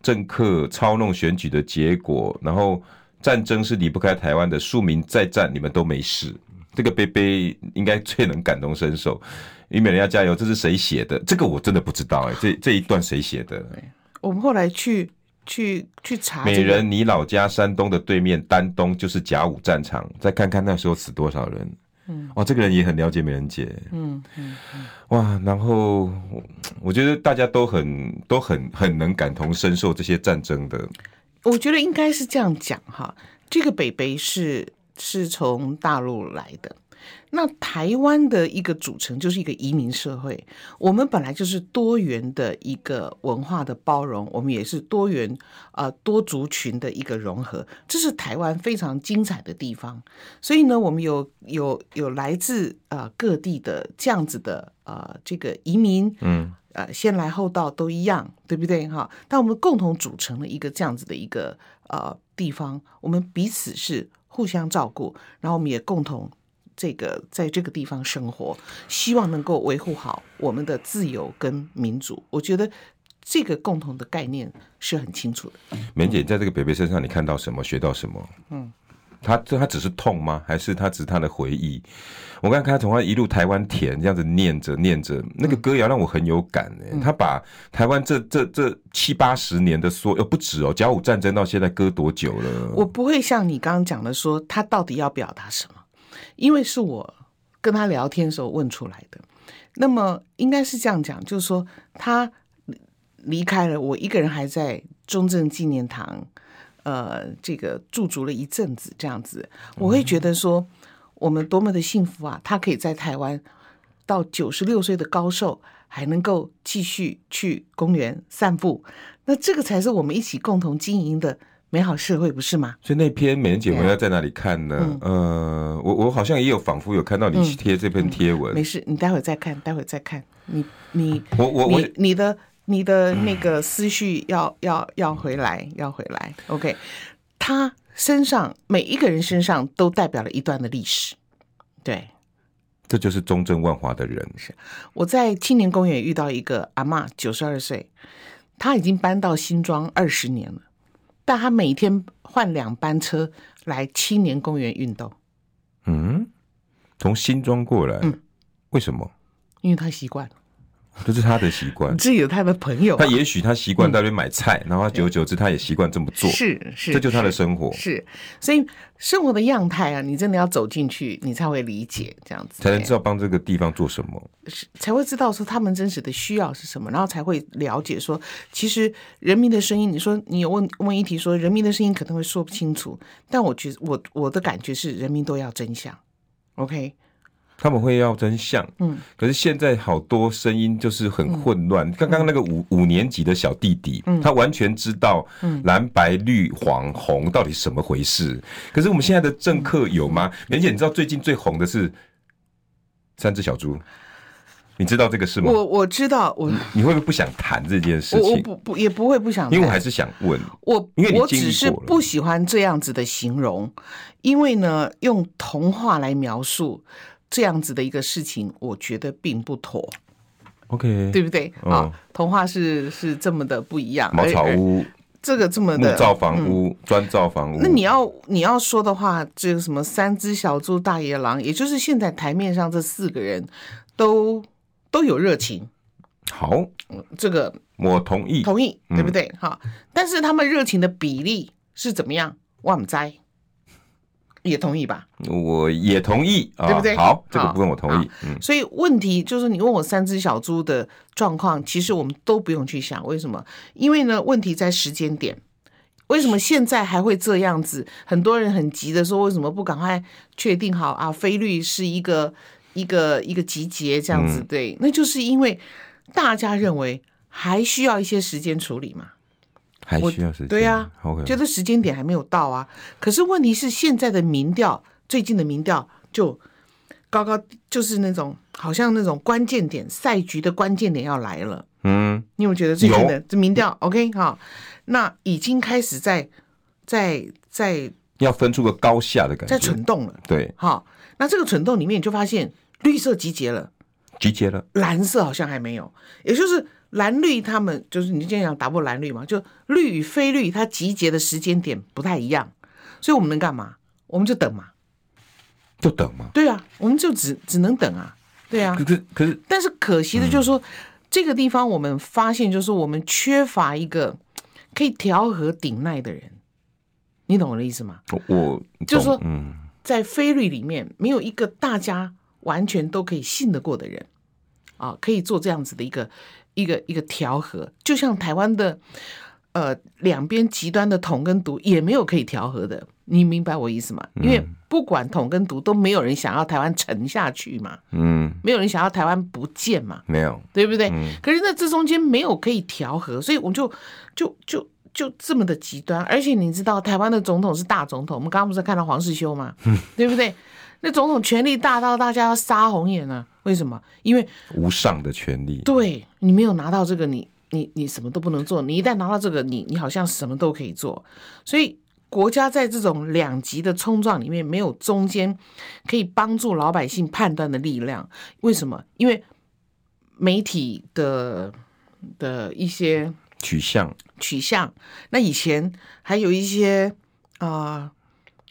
Speaker 1: 政客操弄选举的结果，然后战争是离不开台湾的，庶民再战你们都没事。这个贝贝应该最能感同身受，虞美人要加油，这是谁写的？这个我真的不知道哎、这这一段谁写的？
Speaker 2: 我们后来去去去查、这个，
Speaker 1: 美人，你老家山东的对面丹东就是甲午战场，再看看那时候死多少人。嗯，哇，这个人也很了解美人姐。嗯嗯，哇，然后我我觉得大家都很都很很能感同身受这些战争的。
Speaker 2: 我觉得应该是这样讲哈，这个北北是是从大陆来的，那台湾的一个组成就是一个移民社会，我们本来就是多元的一个文化的包容，我们也是多元呃多族群的一个融合，这是台湾非常精彩的地方。所以呢，我们有有有来自呃各地的这样子的呃这个移民，嗯，呃先来后到都一样，对不对哈？但我们共同组成了一个这样子的一个呃地方，我们彼此是互相照顾，然后我们也共同。这个在这个地方生活，希望能够维护好我们的自由跟民主。我觉得这个共同的概念是很清楚的。
Speaker 1: 美人姐在这个北北身上，你看到什么，学到什么？嗯，他他只是痛吗？还是他只是他的回忆？我刚才看他从他一路台湾田这样子念着念着，那个
Speaker 2: 嗯
Speaker 1: 歌谣让我很有感诶、他把台湾这这这七八十年的所有不止哦，甲午战争到现在歌多久了？
Speaker 2: 我不会像你刚刚讲的说他到底要表达什么，因为是我跟他聊天的时候问出来的。那么应该是这样讲，就是说他离开了，我一个人还在中正纪念堂，呃，这个驻足了一阵子，这样子，我会觉得说我们多么的幸福啊！他可以在台湾到九十六岁的高寿，还能够继续去公园散步，那这个才是我们一起共同经营的美好社会，不是吗？
Speaker 1: 所以那篇美人姐文要在哪里看呢？
Speaker 2: 嗯
Speaker 1: 呃，我我好像也有仿佛有看到你贴这篇贴文
Speaker 2: 没，事，你待会儿再看，待会儿再看。你你
Speaker 1: 我我我嗯
Speaker 2: 你你的你的那个思绪要要要回来，要回来。OK，他身上每一个人身上都代表了一段的历史。对，
Speaker 1: 这就是中正万华的人。
Speaker 2: 我在青年公园遇到一个阿嬷，九十二岁，她已经搬到新庄二十年了，但她每天换两班车来青年公园运动，
Speaker 1: 嗯，从新庄过来，
Speaker 2: 嗯
Speaker 1: 为什么？
Speaker 2: 因为她习惯了，
Speaker 1: 这是他的习惯。
Speaker 2: 这有她的朋友啊、
Speaker 1: 他也许他习惯在那边买菜，然后他久而久之他也习惯这么做，
Speaker 2: 嗯是是，
Speaker 1: 这就是他的生活，
Speaker 2: 是，所以生活的样态啊，你真的要走进去，你才会理解这样子，
Speaker 1: 才能知道帮这个地方做什么。
Speaker 2: 是才会知道说他们真实的需要是什么，然后才会了解说，其实人民的声音，你说你有问问一题说人民的声音可能会说不清楚，但我觉我我的感觉是人民都要真相，OK，
Speaker 1: 他们会要真相，嗯，可是现在好多声音就是很
Speaker 2: 嗯
Speaker 1: 混乱。刚刚那个五五年级的小弟弟，他完全知道
Speaker 2: 嗯
Speaker 1: 蓝白绿黄红到底什么回事。可是我们现在的政客
Speaker 2: 嗯
Speaker 1: 有吗？梅姐，你知道最近最红的是三只小猪，你知道这个事吗？
Speaker 2: 我我知道我。
Speaker 1: 你会不会不想谈这件事
Speaker 2: 我我
Speaker 1: 情？
Speaker 2: 不不也不会不想谈，
Speaker 1: 因为我还是想问，
Speaker 2: 我
Speaker 1: 因为你
Speaker 2: 我
Speaker 1: 经历
Speaker 2: 只是
Speaker 1: 过了
Speaker 2: 不喜欢这样子的形容，因为呢，用童话来描述这样子的一个事情，我觉得并不妥，
Speaker 1: OK，
Speaker 2: 对不对？
Speaker 1: 嗯
Speaker 2: 啊，童话是是这么的不一样。
Speaker 1: 茅草
Speaker 2: 而，
Speaker 1: 屋
Speaker 2: 这个这么
Speaker 1: 木
Speaker 2: 的嗯
Speaker 1: 造房屋、砖造房屋，
Speaker 2: 哎那你要你要说的话，这个什么三只小猪、大野狼，也就是现在台面上这四个人都都有热情，
Speaker 1: 好，
Speaker 2: 这个
Speaker 1: 我同意。
Speaker 2: 同意，对不对？哈、但是他们热情的比例是怎么样？我们栽也同意吧？
Speaker 1: 我也同意啊，
Speaker 2: 对不对啊
Speaker 1: 好，这个
Speaker 2: 好
Speaker 1: 部分我同意
Speaker 2: 好。
Speaker 1: 嗯，
Speaker 2: 所以问题就是，你问我三只小猪的状况，其实我们都不用去想，为什么？因为呢，问题在时间点。为什么现在还会这样子？很多人很急的说，为什么不赶快确定好啊？菲律是一个一个一个集结这样子，对，那就是因为大家认为还需要一些时间处理嘛。
Speaker 1: 还
Speaker 2: 我
Speaker 1: 需要时间。
Speaker 2: 对呀、
Speaker 1: OK，
Speaker 2: 觉得时间点还没有到啊。可是问题是，现在的民调，最近的民调就高高，就是那种好像那种关键点赛局的关键点要来了。
Speaker 1: 嗯，
Speaker 2: 你有没有觉得最近
Speaker 1: 有
Speaker 2: 的这民调 OK 好？那已经开始在在在
Speaker 1: 要分出个高下的感
Speaker 2: 在
Speaker 1: 觉。
Speaker 2: 蠢动了。
Speaker 1: 对，
Speaker 2: 好，那这个蠢动里面，你就发现绿色集结了。
Speaker 1: 集结了，
Speaker 2: 蓝色好像还没有，也就是蓝绿他们就是你之前讲打破蓝绿嘛，就绿与非绿它集结的时间点不太一样，所以我们能干嘛？我们就等嘛，
Speaker 1: 就等嘛。
Speaker 2: 对啊，我们就只只能等啊，对啊
Speaker 1: 可。是可是，
Speaker 2: 但是可惜的就是说，这个地方我们发现就是我们缺乏一个可以调和顶耐的人，你懂我的意思吗？
Speaker 1: 我我
Speaker 2: 就
Speaker 1: 懂
Speaker 2: 是说
Speaker 1: 嗯，
Speaker 2: 在菲律里面没有一个大家完全都可以信得过的人啊，可以做这样子的一个一个一个调和，就像台湾的呃两边极端的统跟独也没有可以调和的，你明白我意思吗？因为不管统跟独都没有人想要台湾沉下去嘛，
Speaker 1: 嗯，
Speaker 2: 没有人想要台湾不见嘛，
Speaker 1: 没有，
Speaker 2: 对不对？可是那这中间没有可以调和，所以我们就就就就这么的极端。而且你知道，台湾的总统是大总统，我们刚刚不是看到黄世修嘛，对不对？那总统权力大到大家要杀红眼啊！为什么？因为
Speaker 1: 无上的权利。
Speaker 2: 对你没有拿到这个，你你你什么都不能做。你一旦拿到这个，你你好像什么都可以做。所以国家在这种两极的冲撞里面，没有中间可以帮助老百姓判断的力量。为什么？因为媒体的的一些
Speaker 1: 取向，
Speaker 2: 取向，那以前还有一些啊、呃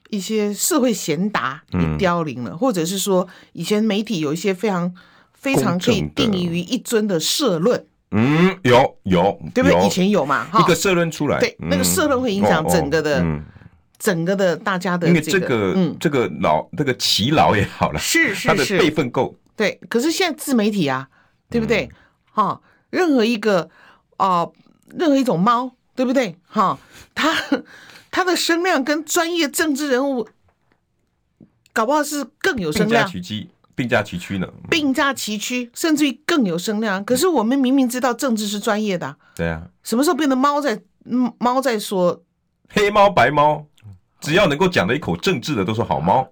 Speaker 2: 一些社会贤达也凋零
Speaker 1: 嗯
Speaker 2: 了，或者是说以前媒体有一些非常非常可以
Speaker 1: 公正的
Speaker 2: 定义于一尊的社论，
Speaker 1: 嗯，有有，
Speaker 2: 对不对？
Speaker 1: 有
Speaker 2: 以前有嘛，哈
Speaker 1: 一个社论出来，
Speaker 2: 对那个
Speaker 1: 嗯
Speaker 2: 社论会影响
Speaker 1: 哦哦
Speaker 2: 整个的
Speaker 1: 嗯
Speaker 2: 整个的大家的
Speaker 1: 因为
Speaker 2: 这
Speaker 1: 这
Speaker 2: 个嗯
Speaker 1: 个这个老这个耆老也好了，
Speaker 2: 是是
Speaker 1: 他的
Speaker 2: 是
Speaker 1: 辈分够，
Speaker 2: 对，可是现在自媒体啊，对
Speaker 1: 嗯
Speaker 2: 不对？哈、任何一个哦、任何一种猫，对不对？哈、它它的声量跟专业政治人物，搞不好是更有
Speaker 1: 并
Speaker 2: 声
Speaker 1: 驾
Speaker 2: 量，
Speaker 1: 齐驱，并驾齐驱呢？嗯
Speaker 2: 并驾齐驱，甚至于更有声量。可是我们明明知道政治是专业的啊、
Speaker 1: 对啊，
Speaker 2: 什么时候变成猫在嗯猫在说？
Speaker 1: 黑猫白猫，只要能够讲得一口政治的，都是好猫。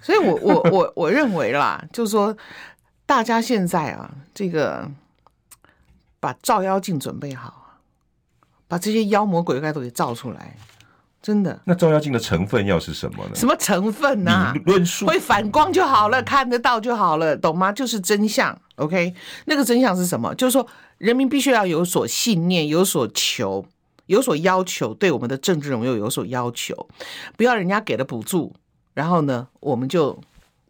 Speaker 2: 所以我我我我认为啦，就是说，大家现在啊，这个把照妖镜准备好，啊把这些妖魔鬼怪都给照出来，真的，
Speaker 1: 那照妖镜的成分要是什么呢？
Speaker 2: 什么成分呐、
Speaker 1: 理论述
Speaker 2: 会反光就好了，看得到就好了，懂吗？就是真相，OK？那个真相是什么？就是说，人民必须要有所信念，有所求，有所要求，对我们的政治人物有所要求，不要人家给的补助，然后呢，我们就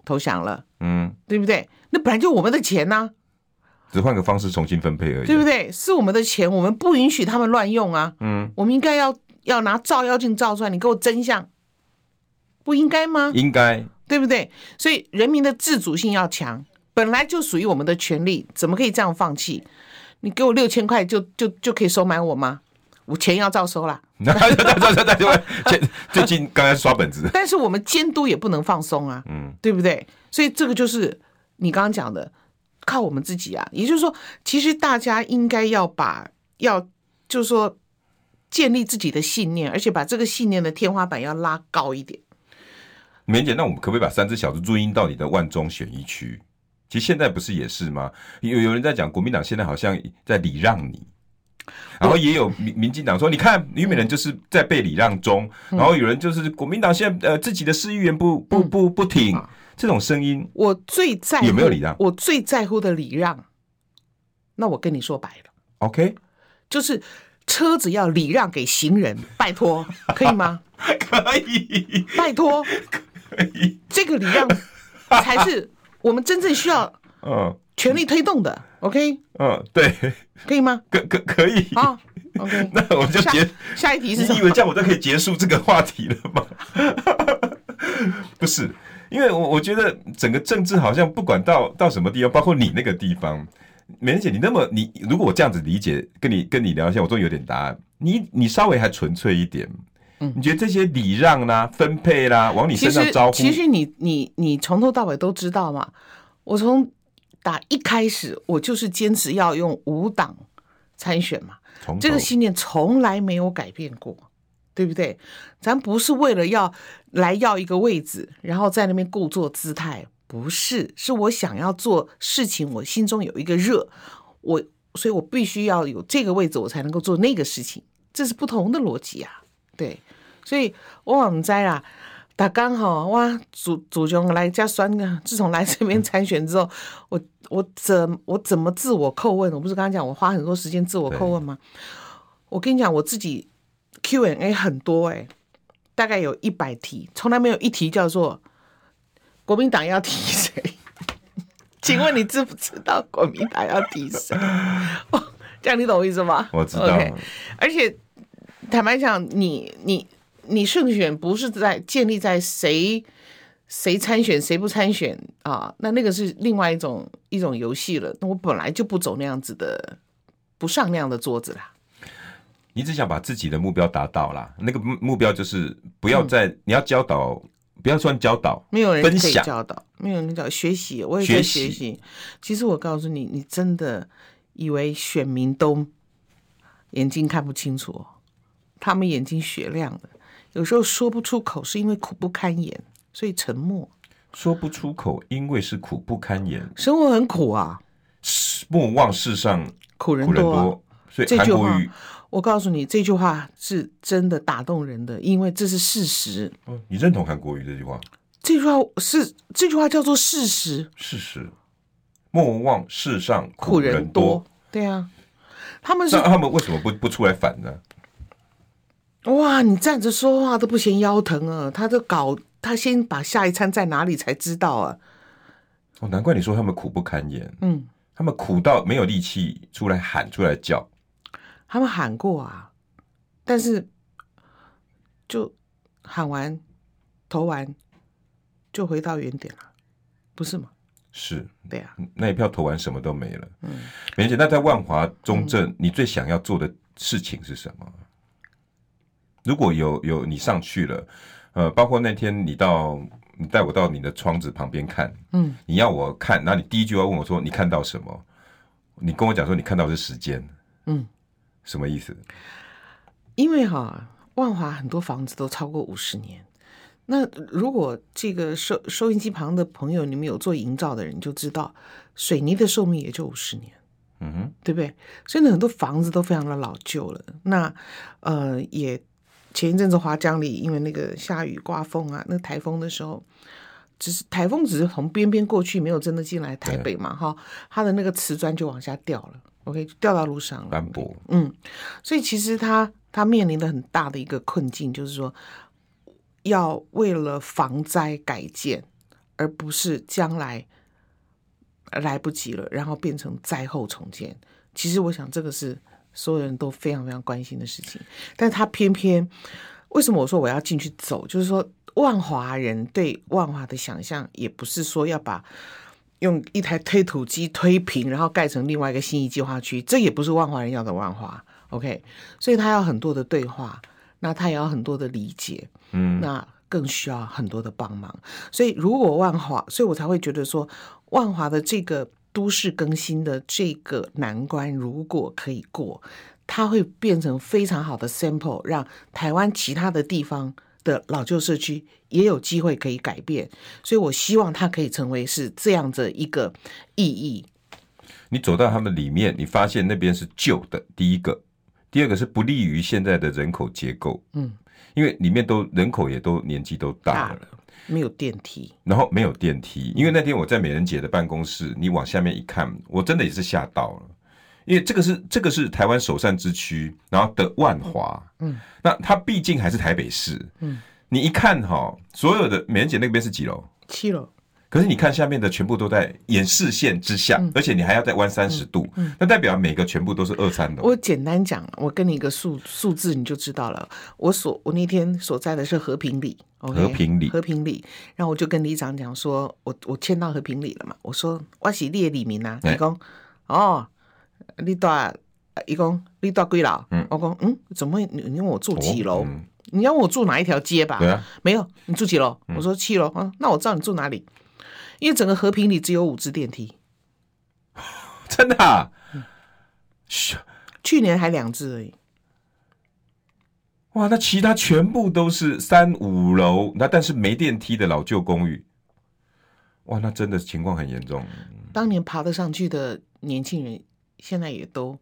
Speaker 2: 投降了。
Speaker 1: 嗯，
Speaker 2: 对不对？那本来就我们的钱呐、
Speaker 1: 只换个方式重新分配而已。
Speaker 2: 对不对？是我们的钱，我们不允许他们乱用啊。
Speaker 1: 嗯，
Speaker 2: 我们应该要要拿照妖镜照出来，你给我真相，不应该吗？
Speaker 1: 应该
Speaker 2: 对不对？所以人民的自主性要强，本来就属于我们的权利，怎么可以这样放弃？你给我六千块就就就可以收买我吗？我钱要照收啦，
Speaker 1: 那那那那那最最近刚才刷本子，
Speaker 2: 但是我们监督也不能放松啊，嗯，对不对？所以这个就是你刚刚讲的，靠我们自己啊。也就是说，其实大家应该要把要就是说建立自己的信念，而且把这个信念的天花板要拉高一点。
Speaker 1: 梅姐，那我们可不可以把三只小猪注音到你的万中选一区？其实现在不是也是吗？有有人在讲国民党现在好像在礼让你，然后也有民民进党说，你看虞美人就是在被礼让中，然后有人就是国民党现在呃自己的市议员不不不不挺，这种声音
Speaker 2: 我最在乎
Speaker 1: 有没有礼让
Speaker 2: 我最在乎的礼让，那我跟你说白了，
Speaker 1: ，OK，
Speaker 2: 就是车子要礼让给行人，拜托，可以 吗？
Speaker 1: 可以，
Speaker 2: 拜托，
Speaker 1: 可以，
Speaker 2: 这个礼让才是我们真正需要
Speaker 1: 嗯
Speaker 2: 全力推动的。OK，
Speaker 1: 嗯，对，
Speaker 2: 可以 吗？
Speaker 1: 可可可以。
Speaker 2: 啊，OK，
Speaker 1: 那我们就
Speaker 2: 下
Speaker 1: 结，
Speaker 2: 下一题是
Speaker 1: 你
Speaker 2: 什
Speaker 1: 以为
Speaker 2: 么？
Speaker 1: 这样我就可以结束这个话题了吗？ 不是，因为我我觉得整个政治好像不管到到什么地方，包括你那个地方，美人姐，你那么你如果我这样子理解，跟你跟你聊一下，我终于有点答案。你你稍微还纯粹一点，你觉得这些礼让啦、分配啦，往你
Speaker 2: 嗯其
Speaker 1: 身上
Speaker 2: 实
Speaker 1: 招呼，
Speaker 2: 其实你你你从头到尾都知道嘛。我从打一开始，我就是坚持要用无党参选嘛。
Speaker 1: 从头
Speaker 2: 这个信念从来没有改变过，对不对？咱不是为了要来要一个位置，然后在那边故作姿态，不是，是我想要做事情，我心中有一个热，我所以我必须要有这个位置，我才能够做那个事情，这是不同的逻辑啊，对，所以我往知啊。打刚好哇，祖祖雄来加酸啊！自从来这
Speaker 1: 嗯
Speaker 2: 边参选之后，我我怎我怎么自我叩问？我不是刚刚讲我花很多时间自我叩问吗？我跟你讲，我自己 Q&A 很多哎、大概有一百题，从来没有一题叫做国民党要提谁。 请问你知不知道国民党要提谁？ 哦这样你懂我意思吗？
Speaker 1: 我知道
Speaker 2: OK 而且坦白讲，你你你胜选不是在建立在谁谁参选谁不参选啊，那那个是另外一种一种游戏了。那我本来就不走那样子的，不上那样的桌子啦。
Speaker 1: 你只想把自己的目标达到啦。那个目目标就是不
Speaker 2: 嗯
Speaker 1: 要再、你要教导，不要算教导，
Speaker 2: 没有人
Speaker 1: 分
Speaker 2: 可以
Speaker 1: 享
Speaker 2: 教导，没有人教学习，我也在
Speaker 1: 学
Speaker 2: 学
Speaker 1: 习
Speaker 2: 习。其实我告诉你，你真的以为选民都眼睛看不清楚哦，他们眼睛雪亮的，有时候说不出口是因为苦不堪言，所以沉默。
Speaker 1: 说不出口，因为是苦不堪言，
Speaker 2: 生活很苦啊，
Speaker 1: 莫忘世上
Speaker 2: 苦人
Speaker 1: 苦人
Speaker 2: 多啊、
Speaker 1: 多。所以
Speaker 2: 这
Speaker 1: 韩
Speaker 2: 句
Speaker 1: 国
Speaker 2: 话
Speaker 1: 语，
Speaker 2: 我告诉你，这句话是真的打动人的，因为这是事实。
Speaker 1: 嗯你认同韩国语这句话？
Speaker 2: 这句话是这句话叫做事实，
Speaker 1: 事实，莫忘世上
Speaker 2: 苦
Speaker 1: 人
Speaker 2: 人多。对啊，他们是
Speaker 1: 那他啊们为什么不不出来反呢？
Speaker 2: 哇，你站着说话都不嫌腰疼啊！他都搞，他先把下一餐在哪里才知道啊！
Speaker 1: 哦，难怪你说他们苦不堪言，
Speaker 2: 嗯，
Speaker 1: 他们苦到没有力气出来喊出来叫。
Speaker 2: 他们喊过啊，但是就喊完投完就回到原点了，不是吗？
Speaker 1: 是，
Speaker 2: 对啊，
Speaker 1: 那一票投完什么都没了。嗯，梅姐，那在万华中正，你最想要做的事情是什么？如果有有你上去了，呃，包括那天你到你带我到你的窗子旁边看，
Speaker 2: 嗯，
Speaker 1: 你要我看，那你第一句要问我说你看到什么？你跟我讲说你看到的是时间，
Speaker 2: 嗯，
Speaker 1: 什么意思？
Speaker 2: 因为哈，万华很多房子都超过五十年。那如果这个收收音机旁的朋友，你们有做营造的人，你就知道水泥的寿命也就五十年。
Speaker 1: 嗯哼，
Speaker 2: 对不对？所以呢，很多房子都非常的老旧了。那呃，也前一阵子华江里因为那个下雨刮风啊，那台风的时候，只是台风只是从边边过去，没有真的进来台北嘛，哈，它的那个瓷砖就往下掉了，OK，就掉到路上了
Speaker 1: 斑。驳，
Speaker 2: 嗯，所以其实它它面临的很大的一个困境，就是说要为了防灾改建，而不是将来来不及了，然后变成灾后重建。其实我想这个是所有人都非常非常关心的事情，但他偏偏为什么我说我要进去走，就是说万华人对万华的想象也不是说要把。用一台推土机推平，然后盖成另外一个新义计划区，这也不是万华人要的万华。OK，所以他要很多的对话，那他也要很多的理解，
Speaker 1: 嗯，
Speaker 2: 那更需要很多的帮忙。所以如果万华，所以我才会觉得说，万华的这个都市更新的这个难关，如果可以过，它会变成非常好的 sample，让台湾其他的地方的老旧社区也有机会可以改变。所以我希望它可以成为是这样的一个意义。
Speaker 1: 你走到他们里面，你发现那边是旧的，第一个，第二个是不利于现在的人口结构，
Speaker 2: 嗯，
Speaker 1: 因为里面都人口也都年纪都大
Speaker 2: 大
Speaker 1: 了
Speaker 2: 了。没有电梯，
Speaker 1: 然后没有电梯，因为那天我在美人姐的办公室，你往下面一看，我真的也是吓到了，因为这个是这个是台湾首善之区，然后的万华，嗯，那它毕竟还是台北市，嗯，你一看哈，所有的美人姐那边是几楼？
Speaker 2: 七楼，
Speaker 1: 可是你看下面的全部都在眼视线之下，而且你还要再弯三十度，那代表每个全部都是二三楼。
Speaker 2: 我简单讲，啊我跟你一个数数字你就知道了。我所我那天所在的是和平里，OK？
Speaker 1: 和平里
Speaker 2: 和平里。然后我就跟里长讲说，我我迁到和平里了嘛。我说我是你的里民啊，
Speaker 1: 哎
Speaker 2: 你讲哦，你住伊讲你住几楼？我讲嗯，怎么会你你问我住几楼？
Speaker 1: 哦嗯
Speaker 2: 你要问我住哪一条街吧？
Speaker 1: 对啊，嗯
Speaker 2: 没有，你住几楼？我说七楼。啊，那我知道你住哪里，因为整个和平里只有五只电梯，
Speaker 1: 真的、啊，嘘
Speaker 2: 去年还两只而已。
Speaker 1: 哇，那其他全部都是三五楼，那但是没电梯的老旧公寓，哇，那真的情况很严重，
Speaker 2: 当年爬得上去的年轻人，现在也都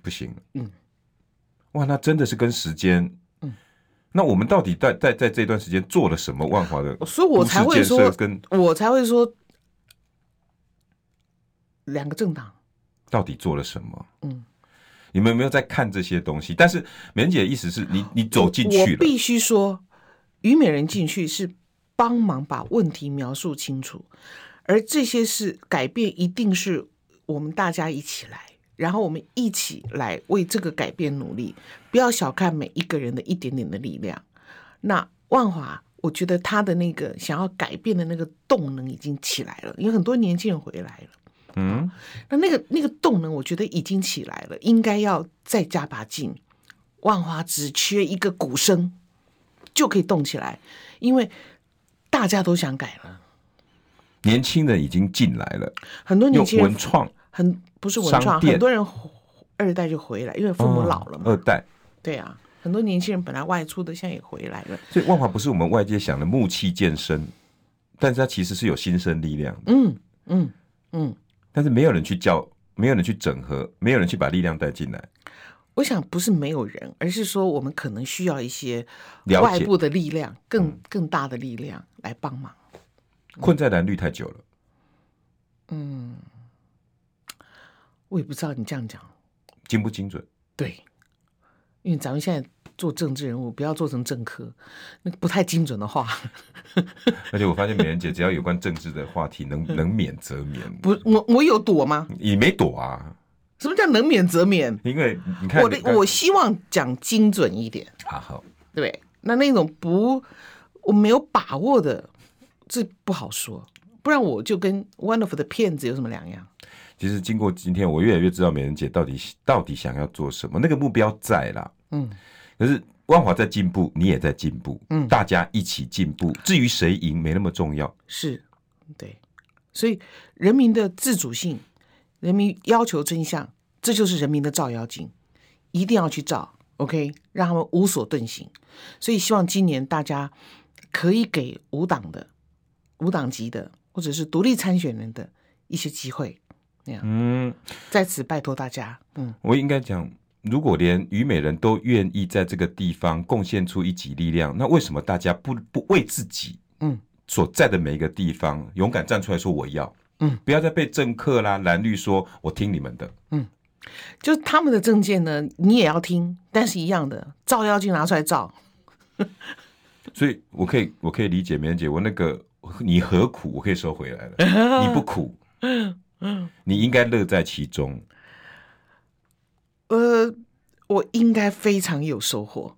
Speaker 1: 不行，
Speaker 2: 嗯，
Speaker 1: 哇，那真的是跟时间，嗯，那我们到底在在在这段时间做了什么？万华的，
Speaker 2: 所以我才会说
Speaker 1: 都市建设跟
Speaker 2: 我才会说两个政党
Speaker 1: 到底做了什么？
Speaker 2: 嗯，
Speaker 1: 你们有没有在看这些东西？但是美人姐的意思是你你走进
Speaker 2: 我
Speaker 1: 去了，
Speaker 2: 必须说，虞美人进去是帮忙把问题描述清楚，而这些是改变，一定是我们大家一起来，然后我们一起来为这个改变努力，不要小看每一个人的一点点的力量。那万华。我觉得他的那个想要改变的那个动能已经起来了，因为很多年轻人回来了。
Speaker 1: 嗯，
Speaker 2: 那那个那个动能，我觉得已经起来了，应该要再加把劲。万花只缺一个鼓声，就可以动起来，因为大家都想改了。
Speaker 1: 年轻人已经进来了，
Speaker 2: 很多年
Speaker 1: 用
Speaker 2: 轻人
Speaker 1: 文创
Speaker 2: 很不是文
Speaker 1: 商
Speaker 2: 创，
Speaker 1: 店
Speaker 2: 很多人二代就回来，因为父母老了
Speaker 1: 哦
Speaker 2: 嘛。
Speaker 1: 二代，
Speaker 2: 对啊，很多年轻人本来外出的，现在也回来了。
Speaker 1: 所以万华不是我们外界想的暮气渐生，但是它其实是有新生力量的，
Speaker 2: 嗯嗯，
Speaker 1: 但是没有人去教，没有人去整合，没有人去把力量带进来。
Speaker 2: 我想不是没有人，而是说我们可能需要一些
Speaker 1: 了
Speaker 2: 外
Speaker 1: 解嗯
Speaker 2: 部的力量，更更大的力量来帮忙。嗯
Speaker 1: 困在蓝绿太久了，
Speaker 2: 我也不知道你这样讲
Speaker 1: 精不精准？
Speaker 2: 对，因为咱们现在做政治人物，不要做成政客，那个不太精准的话，
Speaker 1: 而且我发现美人姐只要有关政治的话题，能能免则免，
Speaker 2: 不，我我有躲吗？
Speaker 1: 也没躲啊，
Speaker 2: 什么叫能免则免？
Speaker 1: 因为你看
Speaker 2: 我的我希望讲精准一点，
Speaker 1: 啊好，
Speaker 2: 对，那那种不我没有把握的，这不好说，不然我就跟 wonderful 的骗子有什么两样？
Speaker 1: 其实经过今天，我越来越知道美人姐到底到底想要做什么，那个目标在啦。
Speaker 2: 嗯，
Speaker 1: 可是万华在进步，你也在进步，
Speaker 2: 嗯
Speaker 1: 大家一起进步。至于谁赢，没那么重要。
Speaker 2: 是，对，所以人民的自主性，人民要求真相，这就是人民的照妖镜，一定要去照，OK，让他们无所遁形。所以希望今年大家可以给无党的、无党籍的，或者是独立参选人的一些机会。那样，
Speaker 1: 嗯，
Speaker 2: 在此拜托大家，嗯，
Speaker 1: 我应该讲，如果连虞美人都愿意在这个地方贡献出一己力量，那为什么大家不不为自己，
Speaker 2: 嗯，
Speaker 1: 所在的每一个地方勇敢站出来说我要，
Speaker 2: 嗯，
Speaker 1: 不要再被政客啦、蓝绿说我听你们的，
Speaker 2: 就他们的证件呢，你也要听，但是一样的，照妖镜拿出来照，
Speaker 1: 所以我可以我可以理解美人姐，我那个你何苦，我可以收回来了，你不苦，你应该乐在其中。
Speaker 2: 呃，我应该非常有收获。